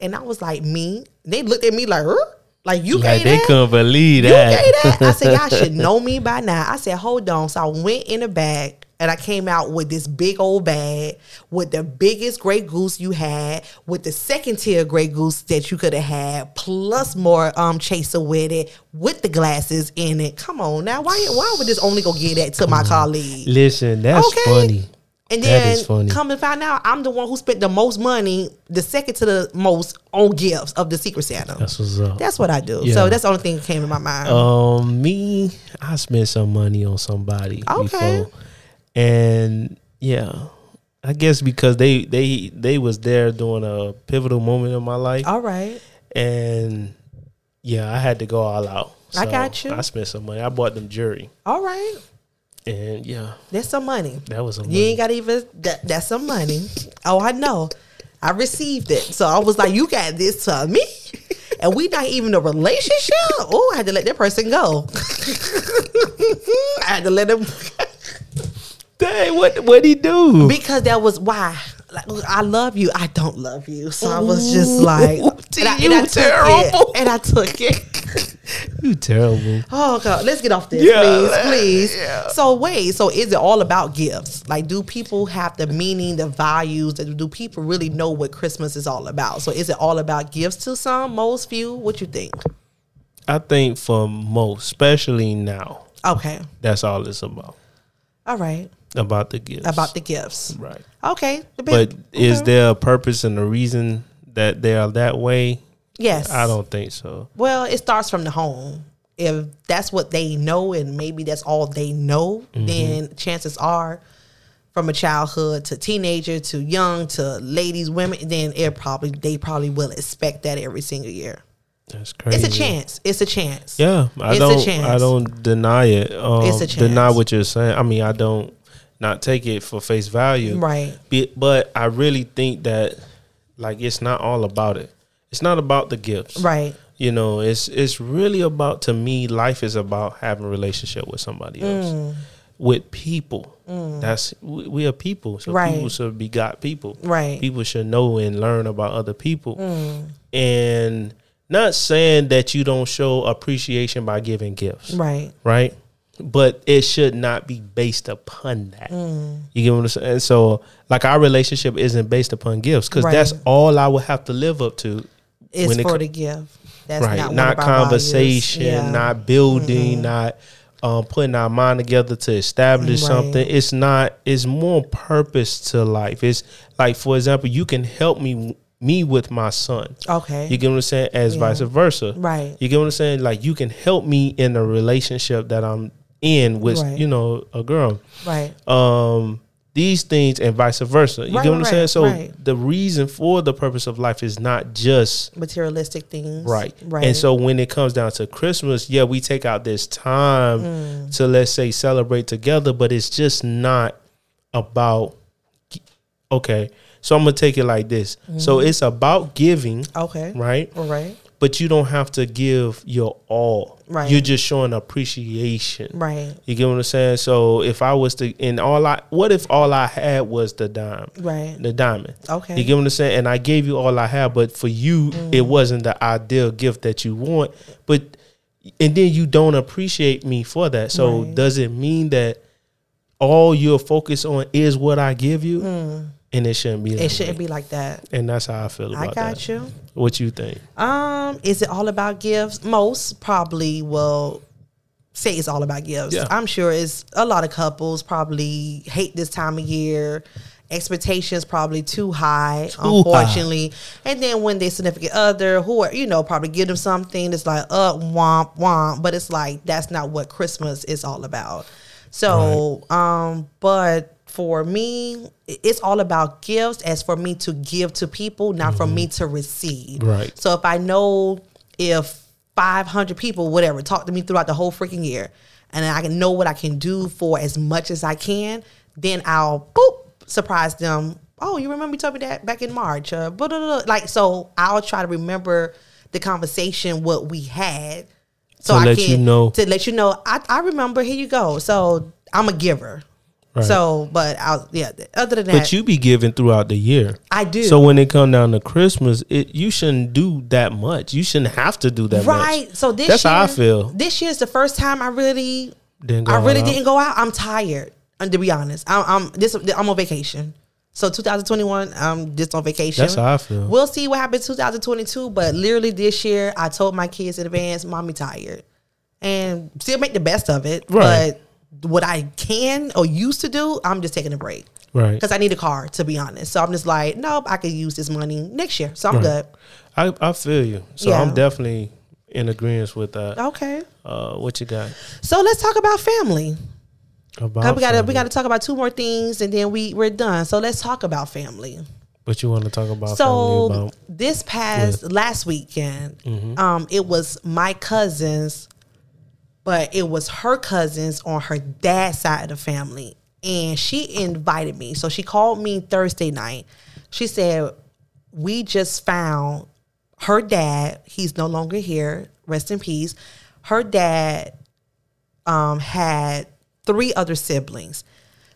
And I was like, me. They looked at me like, huh? like you Like gave they that? couldn't believe You that. gay that? I said, y'all *laughs* should know me by now. I said, hold on. So I went in the bag and I came out with this big old bag with the biggest gray goose you had, with the second tier gray goose that you could have had, plus more um chaser with it, with the glasses in it. Come on now. Why why would this only go get that to my colleague? Listen, that's Okay. funny. And That then is funny. come and find out I'm the one who spent the most money, the second to the most on gifts of the Secret Santa. That's, That's what's up. what I do. Yeah. So that's the only thing that came to my mind. Um, me, I spent some money on somebody Okay. before, and yeah, I guess because they they they was there during a pivotal moment in my life, All right. and yeah, I had to go all out. I got you. I spent some money. I bought them jewelry, All right. and yeah, That's some money. that was a You money. ain't got even that, that's some money. Oh, I know. I received it. So I was like, you got this to me? And we not even a relationship. Oh, I had to let that person go. *laughs* I had to let him Dang, what what he do? because that was why. Like, I love you. I don't love you. So I was *laughs* just like, Ooh, you took it. terrible. and I took it. you terrible. Oh God, let's get off this, Yeah, please, let- please. yeah. So wait, so is it all about gifts? Like, do people have the meaning, the values? and Do people really know what Christmas is all about? So is it all about gifts to some, most few? What you think? I think for most, especially now, Okay, that's all it's about all right, about the gifts. about the gifts. right. Okay, the But big- is okay. there a purpose and a reason that they are that way? yes? I don't think so. Well, it starts from the home. If that's what they know, and maybe that's all they know, Mm-hmm. then chances are, from a childhood to teenager to young to ladies, women, then it probably they probably will expect that every single year. That's crazy. It's a chance. It's a chance. Yeah, I It's a don't. chance. I don't deny it. Um, It's a Deny chance. what you're saying. I mean, I don't not take it for face value. Right. Be, but I really think that like it's not all about it. It's not about the gifts. Right. You know, it's it's really about to me. Life is about having a relationship with somebody else, Mm. with people. That's we, we are people, so Right. people should begot people. Right. Mm. People should know and learn about other people, and Not saying that you don't show appreciation by giving gifts, Right. right? But it should not be based upon that. Mm. You get what I'm saying? And so, like, our relationship isn't based upon gifts because Right. that's all I would have to live up to. It's when it for co- the gift. That's right? not Not, one of our values. conversation, Yeah. Mm-hmm. not building, not um, putting our mind together to establish Right. something. It's not. It's more purpose to life. It's like, for example, you can help me me with my son. okay. You get what I'm saying? As vice versa. Right. You get what I'm saying? Like you can help me in the relationship that I'm in with, Right. you know, a girl. right. Um these things and vice versa. You Right, get what I'm right, saying? So right. the reason for the purpose of life is not just Materialistic things. right. Right. And so when it comes down to Christmas, yeah, we take out this time Mm. to let's say celebrate together, but it's just not about okay. So I'm gonna take it like this. So Mm-hmm. it's about giving, okay. right? All right. but you don't have to give your all. Right. You're just showing appreciation. Right. You get what I'm saying? So if I was to, and all I, what if all I had was the dime, Right. the diamond? Okay. Mm. You get what I'm saying? And I gave you all I had, but for you, it wasn't the ideal gift that you want. But, and then you don't appreciate me for that. So Right. does it mean that all you're focused on is what I give you? And it shouldn't be. That Mm. it shouldn't be like that. And that's how I feel about I got that. you. What you think? Um, is it all about gifts? Most probably will say it's all about gifts. Yeah. I'm sure it's a lot of couples probably hate this time of year. Expectations probably too high, high. unfortunately. And then when they significant other who are, you know, probably give them something, it's like, uh, womp, womp. But it's like that's not what Christmas is all about. So, um, but for me, i- it's all about gifts as for me to give to people, not for me to receive. Mm-hmm. Right. So if I know if 500 people, whatever, talk to me throughout the whole freaking year, and I can know what I can do for as much as I can, then I'll boop surprise them. Oh, you remember you told me that back in March? Uh, blah, blah, blah. Like so, I'll try to remember the conversation what we had, so To I let can you know. to let you know. I I remember. Here you go. So I'm a giver. Right. So, but I'll yeah. Other than that, But you be giving throughout the year. I do. So when it come down to Christmas, it you shouldn't do that much. You shouldn't have to do that much. right. So this That's year, how I feel. This year's the first time I really Didn't go I really all out. didn't go out. I'm tired. And to be honest, I'm, I'm this. I'm on vacation. So 2021, I'm just on vacation. That's how I feel. We'll see what happens 2022. But literally this year, I told my kids in advance, "Mommy tired," and still make the best of it. Right. But what I can or used to do, I'm just taking a break Right. because I need a car. To be honest, so I'm just like, nope, I could use this money next year. So I'm good. I, I feel you. So Yeah. Oh. I'm definitely in agreement with that. Okay. Uh, what you got? So let's talk about family. About we gotta we family. gotta talk about two more things and then we we're done. So let's talk about family. What you want to talk about? so family, about Mm-hmm. this past last weekend, um, it was my cousin's, but it was her cousin's on her dad's side of the family, and she invited me. So she called me Thursday night. She said, "We just found her dad. He's no longer here. Rest in peace." Her dad um, had three other siblings.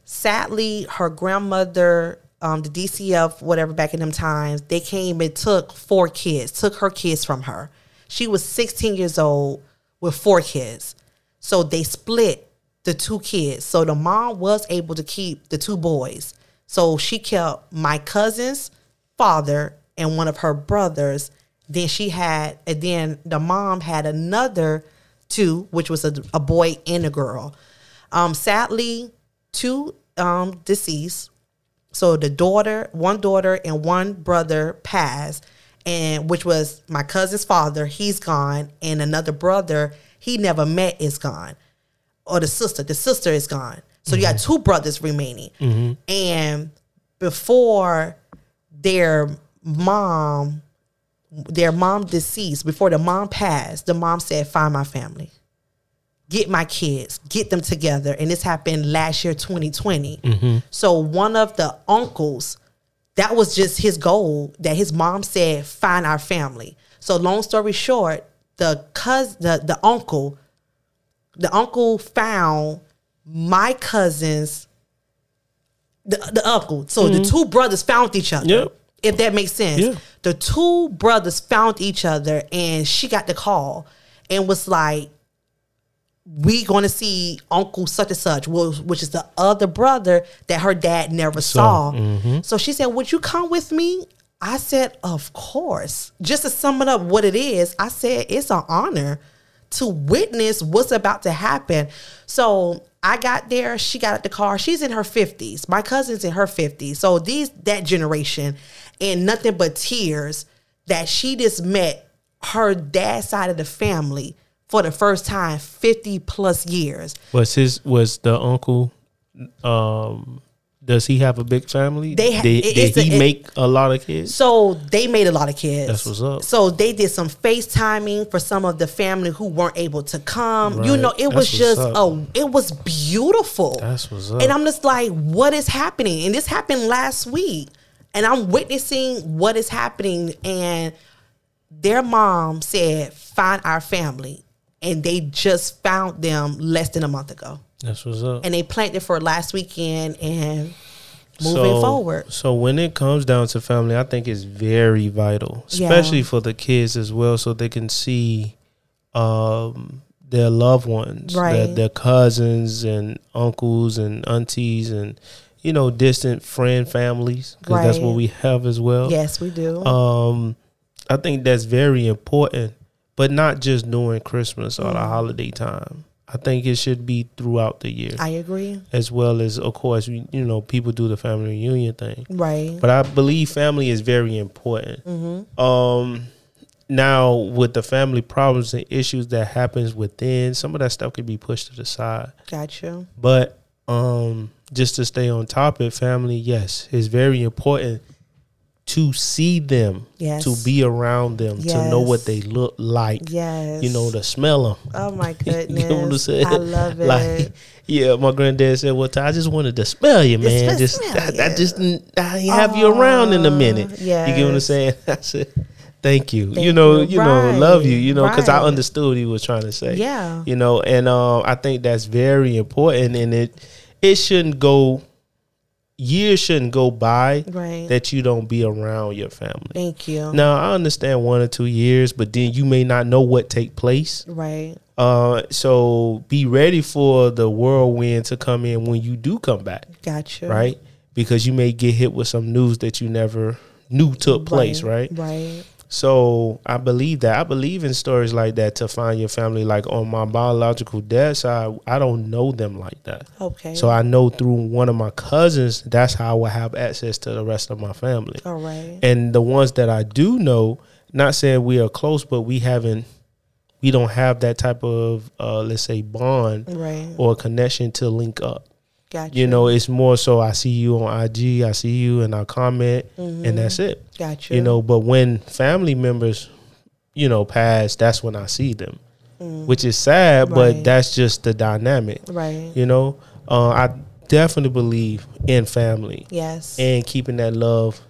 Sadly, her grandmother, um, the DCF, whatever, back in them times, they came and took four kids, took her kids from her. She was 16 years old with four kids. So they split the two kids. So the mom was able to keep the two boys. So she kept my cousin's father and one of her brothers. Then she had, and then the mom had another two, which was a, a boy and a girl. Um, sadly, two um, deceased. So the daughter, one daughter and one brother passed, and which was my cousin's father. He's gone, and another brother he never met is gone, or the sister. The sister is gone. So you got two brothers remaining, and before their mom, their mom deceased, before the mom passed, the mom said, "Find my family." get my kids, get them together. And this happened last year, 2020. Mm-hmm. So one of the uncles, that was just his goal that his mom said, find our family. So long story short, the cousin, the, the uncle, the uncle found my cousin's the, the uncle. So the two brothers found each other. Mm-hmm. Yep. if that makes sense. Yeah. The two brothers found each other and she got the call and was like, we going to see Uncle such and such, wh- which is the other brother that her dad never saw. So she said, Would you come with me? I said, Of course. Just to sum it up what it is, I said, It's an honor to witness what's about to happen. So I got there, she got out the car. She's in her 50s. My cousin's in her 50s. So these, that generation, and nothing but tears that she just met her dad's side of the family for the first time 50 plus years. Was his was the uncle? Um, does he have a big family? They ha- did it- did it's a- he it- make a lot of kids? So they made a lot of kids. That's what's up. So they did some FaceTiming for some of the family who weren't able to come. You Right. know, it That's was what's just up. a it was beautiful. That's what's up. And I'm just like, what is happening? And this happened last week. And I'm witnessing what is happening. And their mom said, find our family. And they just found them less than a month ago. That's what's up. and they planted for last weekend and moving so, forward. So when it comes down to family, I think it's very vital, Yeah. especially for the kids as well, so they can see um, their loved ones, their- Right. their, cousins and uncles and aunties and you know distant friend families because that's what Right. we have as well. Yes, we do. Um, I think that's very important, but not just during Christmas or the Mm. holiday time. I think it should be throughout the year I agree. as well as of course you, you know people do the family reunion thing Right. but i believe family is very important Mm-hmm. um now with the family problems and issues that happens within some of that stuff can be pushed to the side Gotcha. but um just to stay on topic family yes is very important to see them Yes. to be around them to know what Yes. they look like Yes. you know to smell them Oh my *laughs* goodness. you know what I'm saying? I love it. *laughs* Like, yeah, my granddad said, "Well, I just wanted to smell you, man. Just, Just smell I, I you." just, didn't- I ain't have you around in a minute. Aw, You get what I'm yes. saying? *laughs* I said, "Thank you. Thank you know, you. you know, love you. Right, You know, because right. I understood what he was trying to say. Yeah. You know, and um, I think that's very important, and it, it shouldn't go, years shouldn't go by Right. that you don't be around your family. Thank you. Now, I understand one or two years, but then you may not know what take place. Right. Uh, so be ready for the whirlwind to come in when you do come back, Gotcha. right? Because you may get hit with some news that you never knew took place, right? Right. So I believe that. I believe in stories like that to find your family. Like on my biological dad side, I don't know them like that. Okay. So I know through one of my cousins, that's how I will have access to the rest of my family. All right. And the ones that I do know, not saying we are close, but we haven't, we don't have that type of, uh, let's say, bond Right. or connection to link up. Gotcha. You know, it's more so I see you on IG, I see you, and I comment, and that's it. Gotcha. You know, but when family members, you know, pass, that's when I see them, which is sad, Right. but that's just the dynamic. Right. You know, uh, I definitely believe in family Yes. and keeping that love,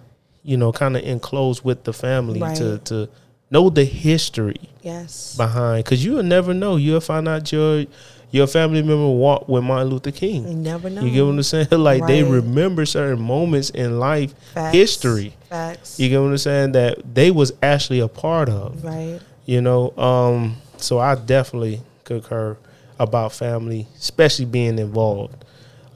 you know, kind of enclosed with the family to Right. to know the history yes. behind, because you'll never know. You'll find out your your family member walked with Martin Luther King. You never know. You get what I'm saying? *laughs* like they Right. remember certain moments in life Facts. history. Facts. You get what I'm saying? That they was actually a part of. right. You know, um, so I definitely concur about family, especially being involved.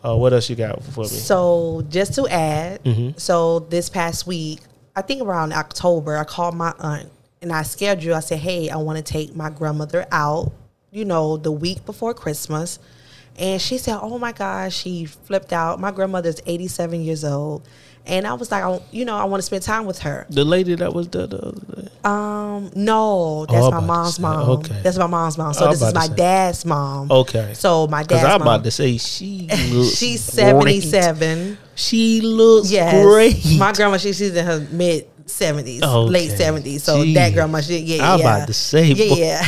Uh, what else you got for me? So just to add, Mm-hmm. so this past week, I think around October, I called my aunt and I scheduled. I said, "Hey, I want to take my grandmother out." You know, the week before Christmas, and she said, "Oh my gosh!" She flipped out. My grandmother's eighty-seven years old, and I was like, I, "You know, I want to spend time with her." the lady that was there the other day. Um, no, that's Oh, my I'm about to mom's say, mom. okay. That's my mom's mom. So I'm this is about to my say. dad's mom. Okay. So my Because dad's I'm mom. about to say she looks *laughs* She's great. seventy-seven. She looks Yes. great. My grandma, she, she's in her mid 70s, Okay. late 70s. So Gee. that grandma, she, yeah, I'm yeah. about to say, boy. Yeah, *laughs*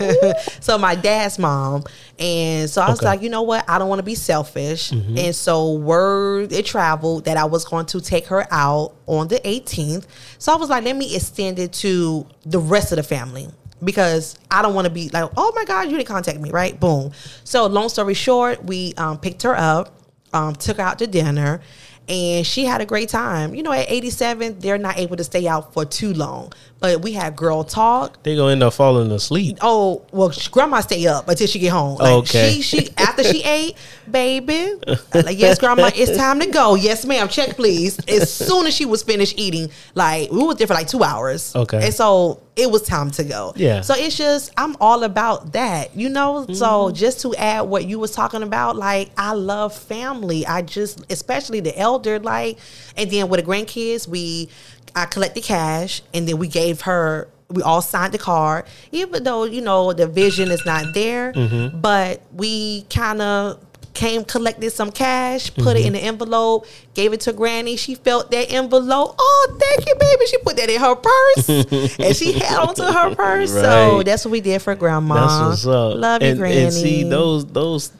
yeah. so my dad's mom. And so I was Okay. like, you know what? I don't want to be selfish. And so word, it traveled that I was going to take her out on the 18th. So I was like, let me extend it to the rest of the family. Because I don't want to be like, oh my God, you didn't contact me, right? Boom. So, long story short, we um, picked her up um, took her out to dinner, and she had a great time. You know, at 87, they're not able to stay out for too long, but we had girl talk. They gonna end up falling asleep. Oh well, sh- grandma stay up until she get home. Like, Okay. She she after she ate, baby. Like yes, grandma, it's time to go. Yes, ma'am. Check please. As soon as she was finished eating, like we was there for like two hours. Okay. And so it was time to go. Yeah. So it's just I'm all about that, you know. So just to add what you was talking about, like I love family. I just especially the elder, like, and then with the grandkids, we I collected cash and then we gave her. We all signed the card, even though you know the vision is not there, but we kind of came collected some cash put it in the envelope gave it to granny she felt that envelope oh thank you baby she put that in her purse and she held onto her purse so Right. that's what we did for grandma That's what's up. love and, you granny And see those those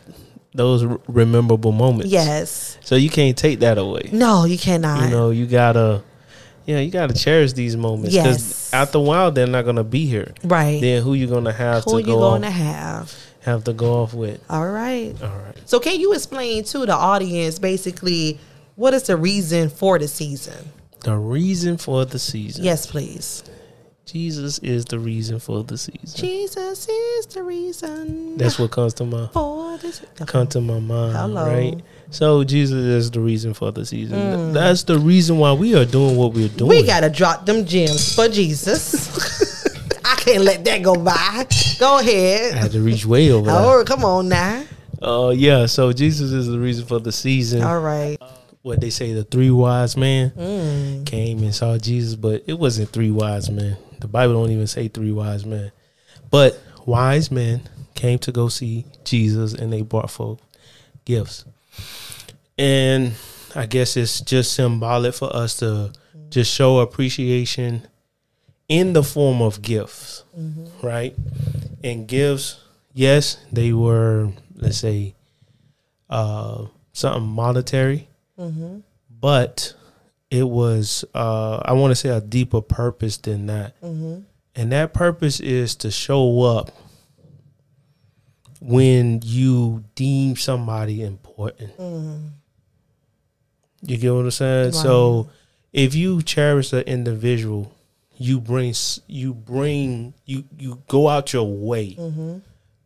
those r- rememberable moments. yes So you can't take that away. no you cannot You know, you gotta, you know, you gotta cherish these moments. Yes. after a while, they're not gonna be here. right Then who you gonna have who to you go gonna off, have have to go off with? all right All right. so can you explain to the audience basically what is the reason for the season The reason for the season. yes please Jesus is the reason for the season. jesus is the reason That's what comes to my for this come to my mind. Hello. Right. So Jesus is the reason for the season. That's the reason why we are doing what we're doing. Mm. We gotta drop them gems for Jesus. *laughs* I can't let that go by. Go I ahead. had to reach way over. *laughs* there. Oh, come on now. Oh yeah, so Jesus is the reason for the season. All right. What they say, the three wise men came and saw Jesus, but it wasn't three wise men. The Bible don't even say three wise men, but wise men came to go see Jesus, and they brought forth gifts. And I guess it's just symbolic for us to just show appreciation in the form of gifts, right? And gifts, yes, they were let's say uh, something monetary, but it was uh, I want to say a deeper purpose than that, and that purpose is to show up when you deem somebody important. You get what I'm saying? So if you cherish an individual, you bring s- you bring you you go out your way.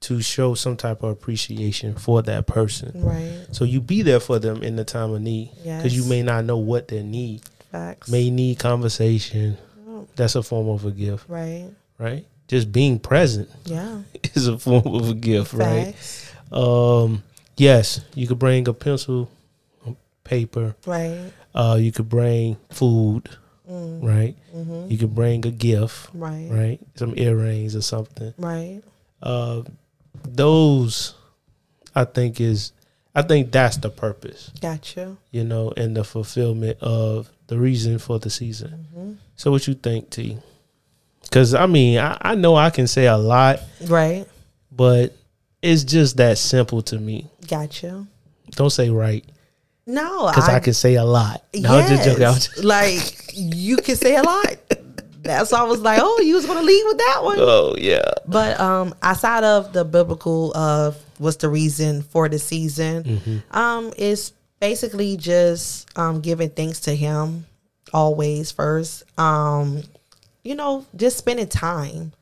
To show some type of appreciation for that person, Right. so you be there for them in the time of need because you Yes. may not know what they need. Facts. May need conversation. Oh. That's a form of a gift, Right. right? Just being present *laughs* Yeah. is a form of a gift, right? Facts. Um, yes, you could bring a pencil, a paper. Right. Uh, you could bring food, Mm. right? Mhm. You could bring a gift, Right. Right. right? Some earrings or something. Uh, those, I think is, I think that's the purpose. Gotcha. you know, and the fulfillment of the reason for the season. Mm-hmm. So, what you think, T? Because I mean, I, I know I can say a lot, Right. but it's just that simple to me. Gotcha. Don't say right, No, because I, can say a lot. No, I'm just joking. I'm yes. just- *laughs* like you can say a lot. That's why I was like, oh, you was gonna leave with that one. oh yeah, But um, outside of the biblical of what's the reason for the season, Mm-hmm. um, is basically just um giving thanks to Him always first. Um, you know, just spending time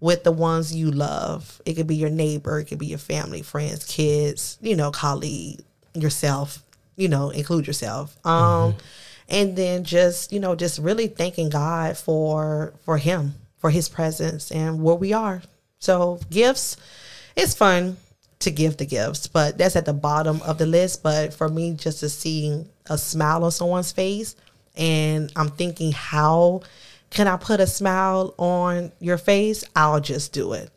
with the ones you love. It could be your neighbor, it could be your family, friends, kids, you know, colleague, yourself, you know, include yourself. Um and then just, you know, just really thanking God for for him, for his presence and where we are. So gifts, it's fun to give the gifts, but that's at the bottom of the list. But for me, just to see a smile on someone's face, and I'm thinking, how can I put a smile on your face? I'll just do it.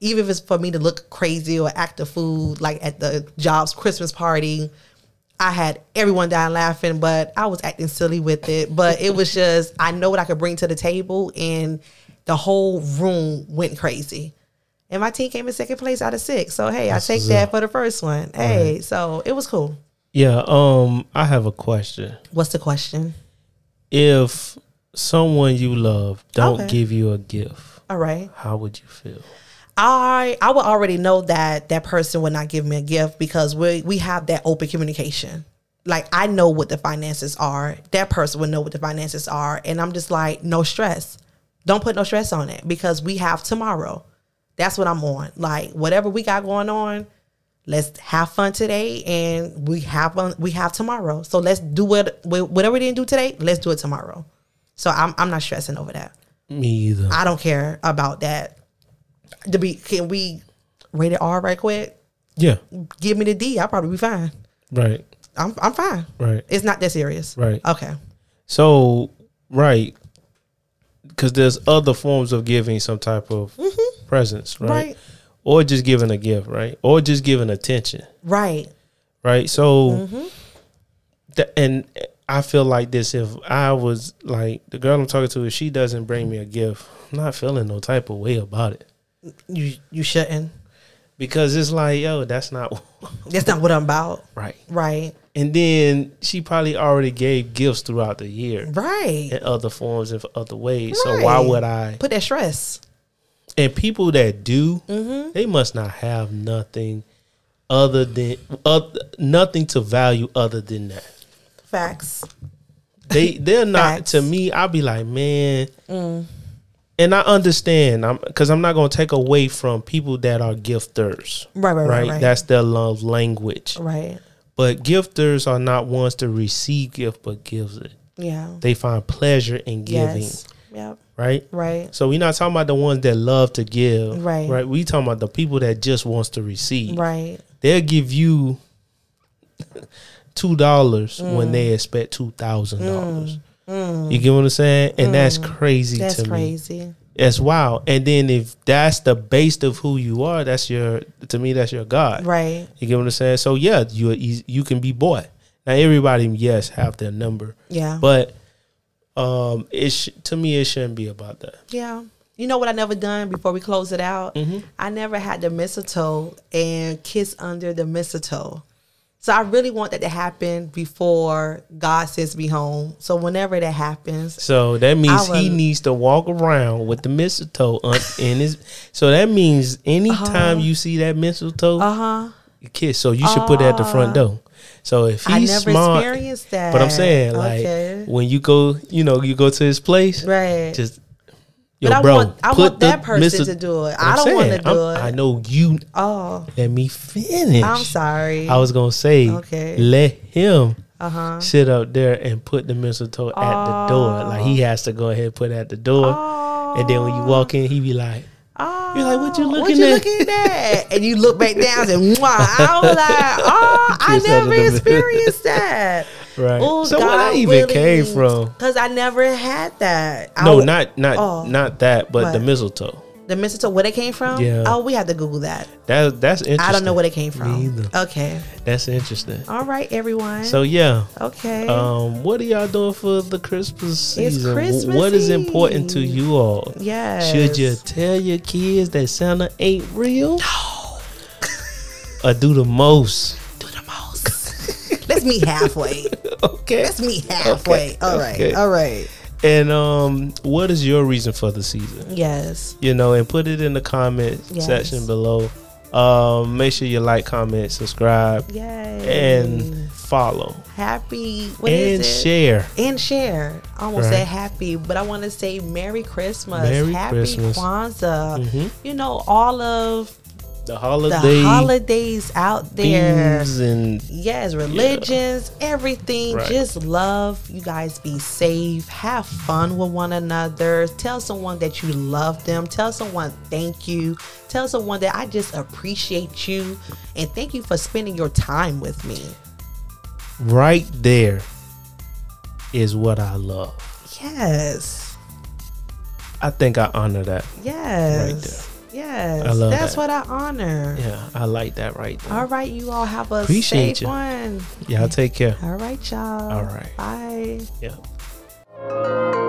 Even if it's for me to look crazy or act a fool, like at the job's Christmas party, I had everyone dying laughing, but I was acting silly with it. But it was just, I know what I could bring to the table, and the whole room went crazy. And my team came in second place out of six. So, hey, I take what's that for the first one. Hey, so it was cool. yeah. Um, I have a question. What's the question? If someone you love don't Okay. give you a gift, All right. how would you feel? I I would already know that that person would not give me a gift because we we have that open communication. like I know what the finances are. That person would know what the finances are. And I'm just like, no stress. Don't put no stress on it because we have tomorrow. That's what I'm on. Like whatever we got going on, let's have fun today and we have fun, we have tomorrow. So let's do what whatever we didn't do today, let's do it tomorrow. So I'm I'm not stressing over that. Me either. I don't care about that. To be can we rate it R right quick? yeah. Give me the D, I'll probably be fine. Right. I'm I'm fine. Right. It's not that serious. Right. Okay. So right, because there's other forms of giving some type of presence, right? Mm-hmm. Right. Or just giving a gift, right? Or just giving attention, Right. right? So, Mm-hmm. th- and I feel like this if I was like the girl I'm talking to, if she doesn't bring me a gift, I'm not feeling no type of way about it You you shouldn't. because it's like, yo, that's not *laughs* That's not what I'm about. right. Right. And then she probably already gave gifts throughout the year Right. in other forms and other ways. So why Right. would I? Put that stress. and people that do Mm-hmm. they must not have nothing other than oth- nothing to value other than that Facts. *laughs* they they're not Facts. Mm. to me i'll be like man and i understand i'm because i'm not going to take away from people that are gifters Right, right, right, right. that's their love language Right. but gifters are not ones to receive gift but gives it Yeah. they find pleasure in giving Yes. Yep. right Right. so we're not talking about the ones that love to give, Right. Right. We talking about the people that just wants to receive. Right. They'll give you two dollars Mm. when they expect two thousand dollars. You get what I'm saying? And that's crazy Mm. That's to me. crazy. That's wild. And then if that's the base of who you are, that's your to me that's your God. Right. You get what I'm saying? So yeah, you are eas- you can be bought. Now everybody yes have their number, Yeah. but um, it sh- to me it shouldn't be about that. yeah. You know what I never done before we close it out? Mm-hmm. I never had the mistletoe and kiss under the mistletoe. So I really want that to happen before God sends me home. So whenever that happens, So that means I he will- needs to walk around with the mistletoe un- in his. So that means anytime Uh-huh. you see that mistletoe, uh huh. you kiss. So you should put it at the front door. So if Uh. I he's never smart, experienced that. but I'm saying like Okay. when you go, you know, you go to his place, right. just. Yo, But I bro, want- I put want the that person mistle- to do it. But I'm I don't wanna saying, do I'm- it. I know you. oh, Let me finish. I'm sorry. I was gonna say, Okay. let him uh huh. sit up there and put the mistletoe at the door. Like he has to go ahead and put it at the door. And then when you walk in, he be like, Oh, You're like, what you looking you at? looking at? and you look back down and mwah. I was like, *laughs* oh, I Kiss under never the- experienced that. *laughs* Oh, right. so where I even came from? Because I never had that. I No, would- not not Oh. not that, but the What? mistletoe. the mistletoe. Where it came from? Yeah. Oh, we had to Google that. That that's interesting. I don't know where it came from. Me either. Okay. That's interesting. All right, everyone. So yeah. okay. Um, what are y'all doing for the Christmas It's season? Christmas what is important to Eve. you all? yes. Should you tell your kids that Santa ain't real? No. or do the most? do the most? *laughs* Let's meet halfway. *laughs* Okay. Let's meet halfway. All right. okay. All right. And um, what is your reason for the season? Yes. You know, and put it in the comment Yes. section below. Um, make sure you like, comment, subscribe, Yay. and follow happy what is and it? share. and share. I almost Right. said happy, but I want to say Merry Christmas, Merry Happy Christmas. Mm-hmm. Kwanzaa. You know, all of The the holiday holidays out there. themes and Yes, religions, everything. Right. Just love. You guys be safe. Have fun with one another. Tell someone that you love them. Tell someone thank you. Tell someone that I just appreciate you and thank you for spending your time with me. right there is what I love. Yes. I think I honor that. Yes. Yes. I love That's that. what I honor. Yeah, I like that right there. All right, you all have a Appreciate safe ya. one. Y'all take care. All right, y'all. All right. Bye. Yeah.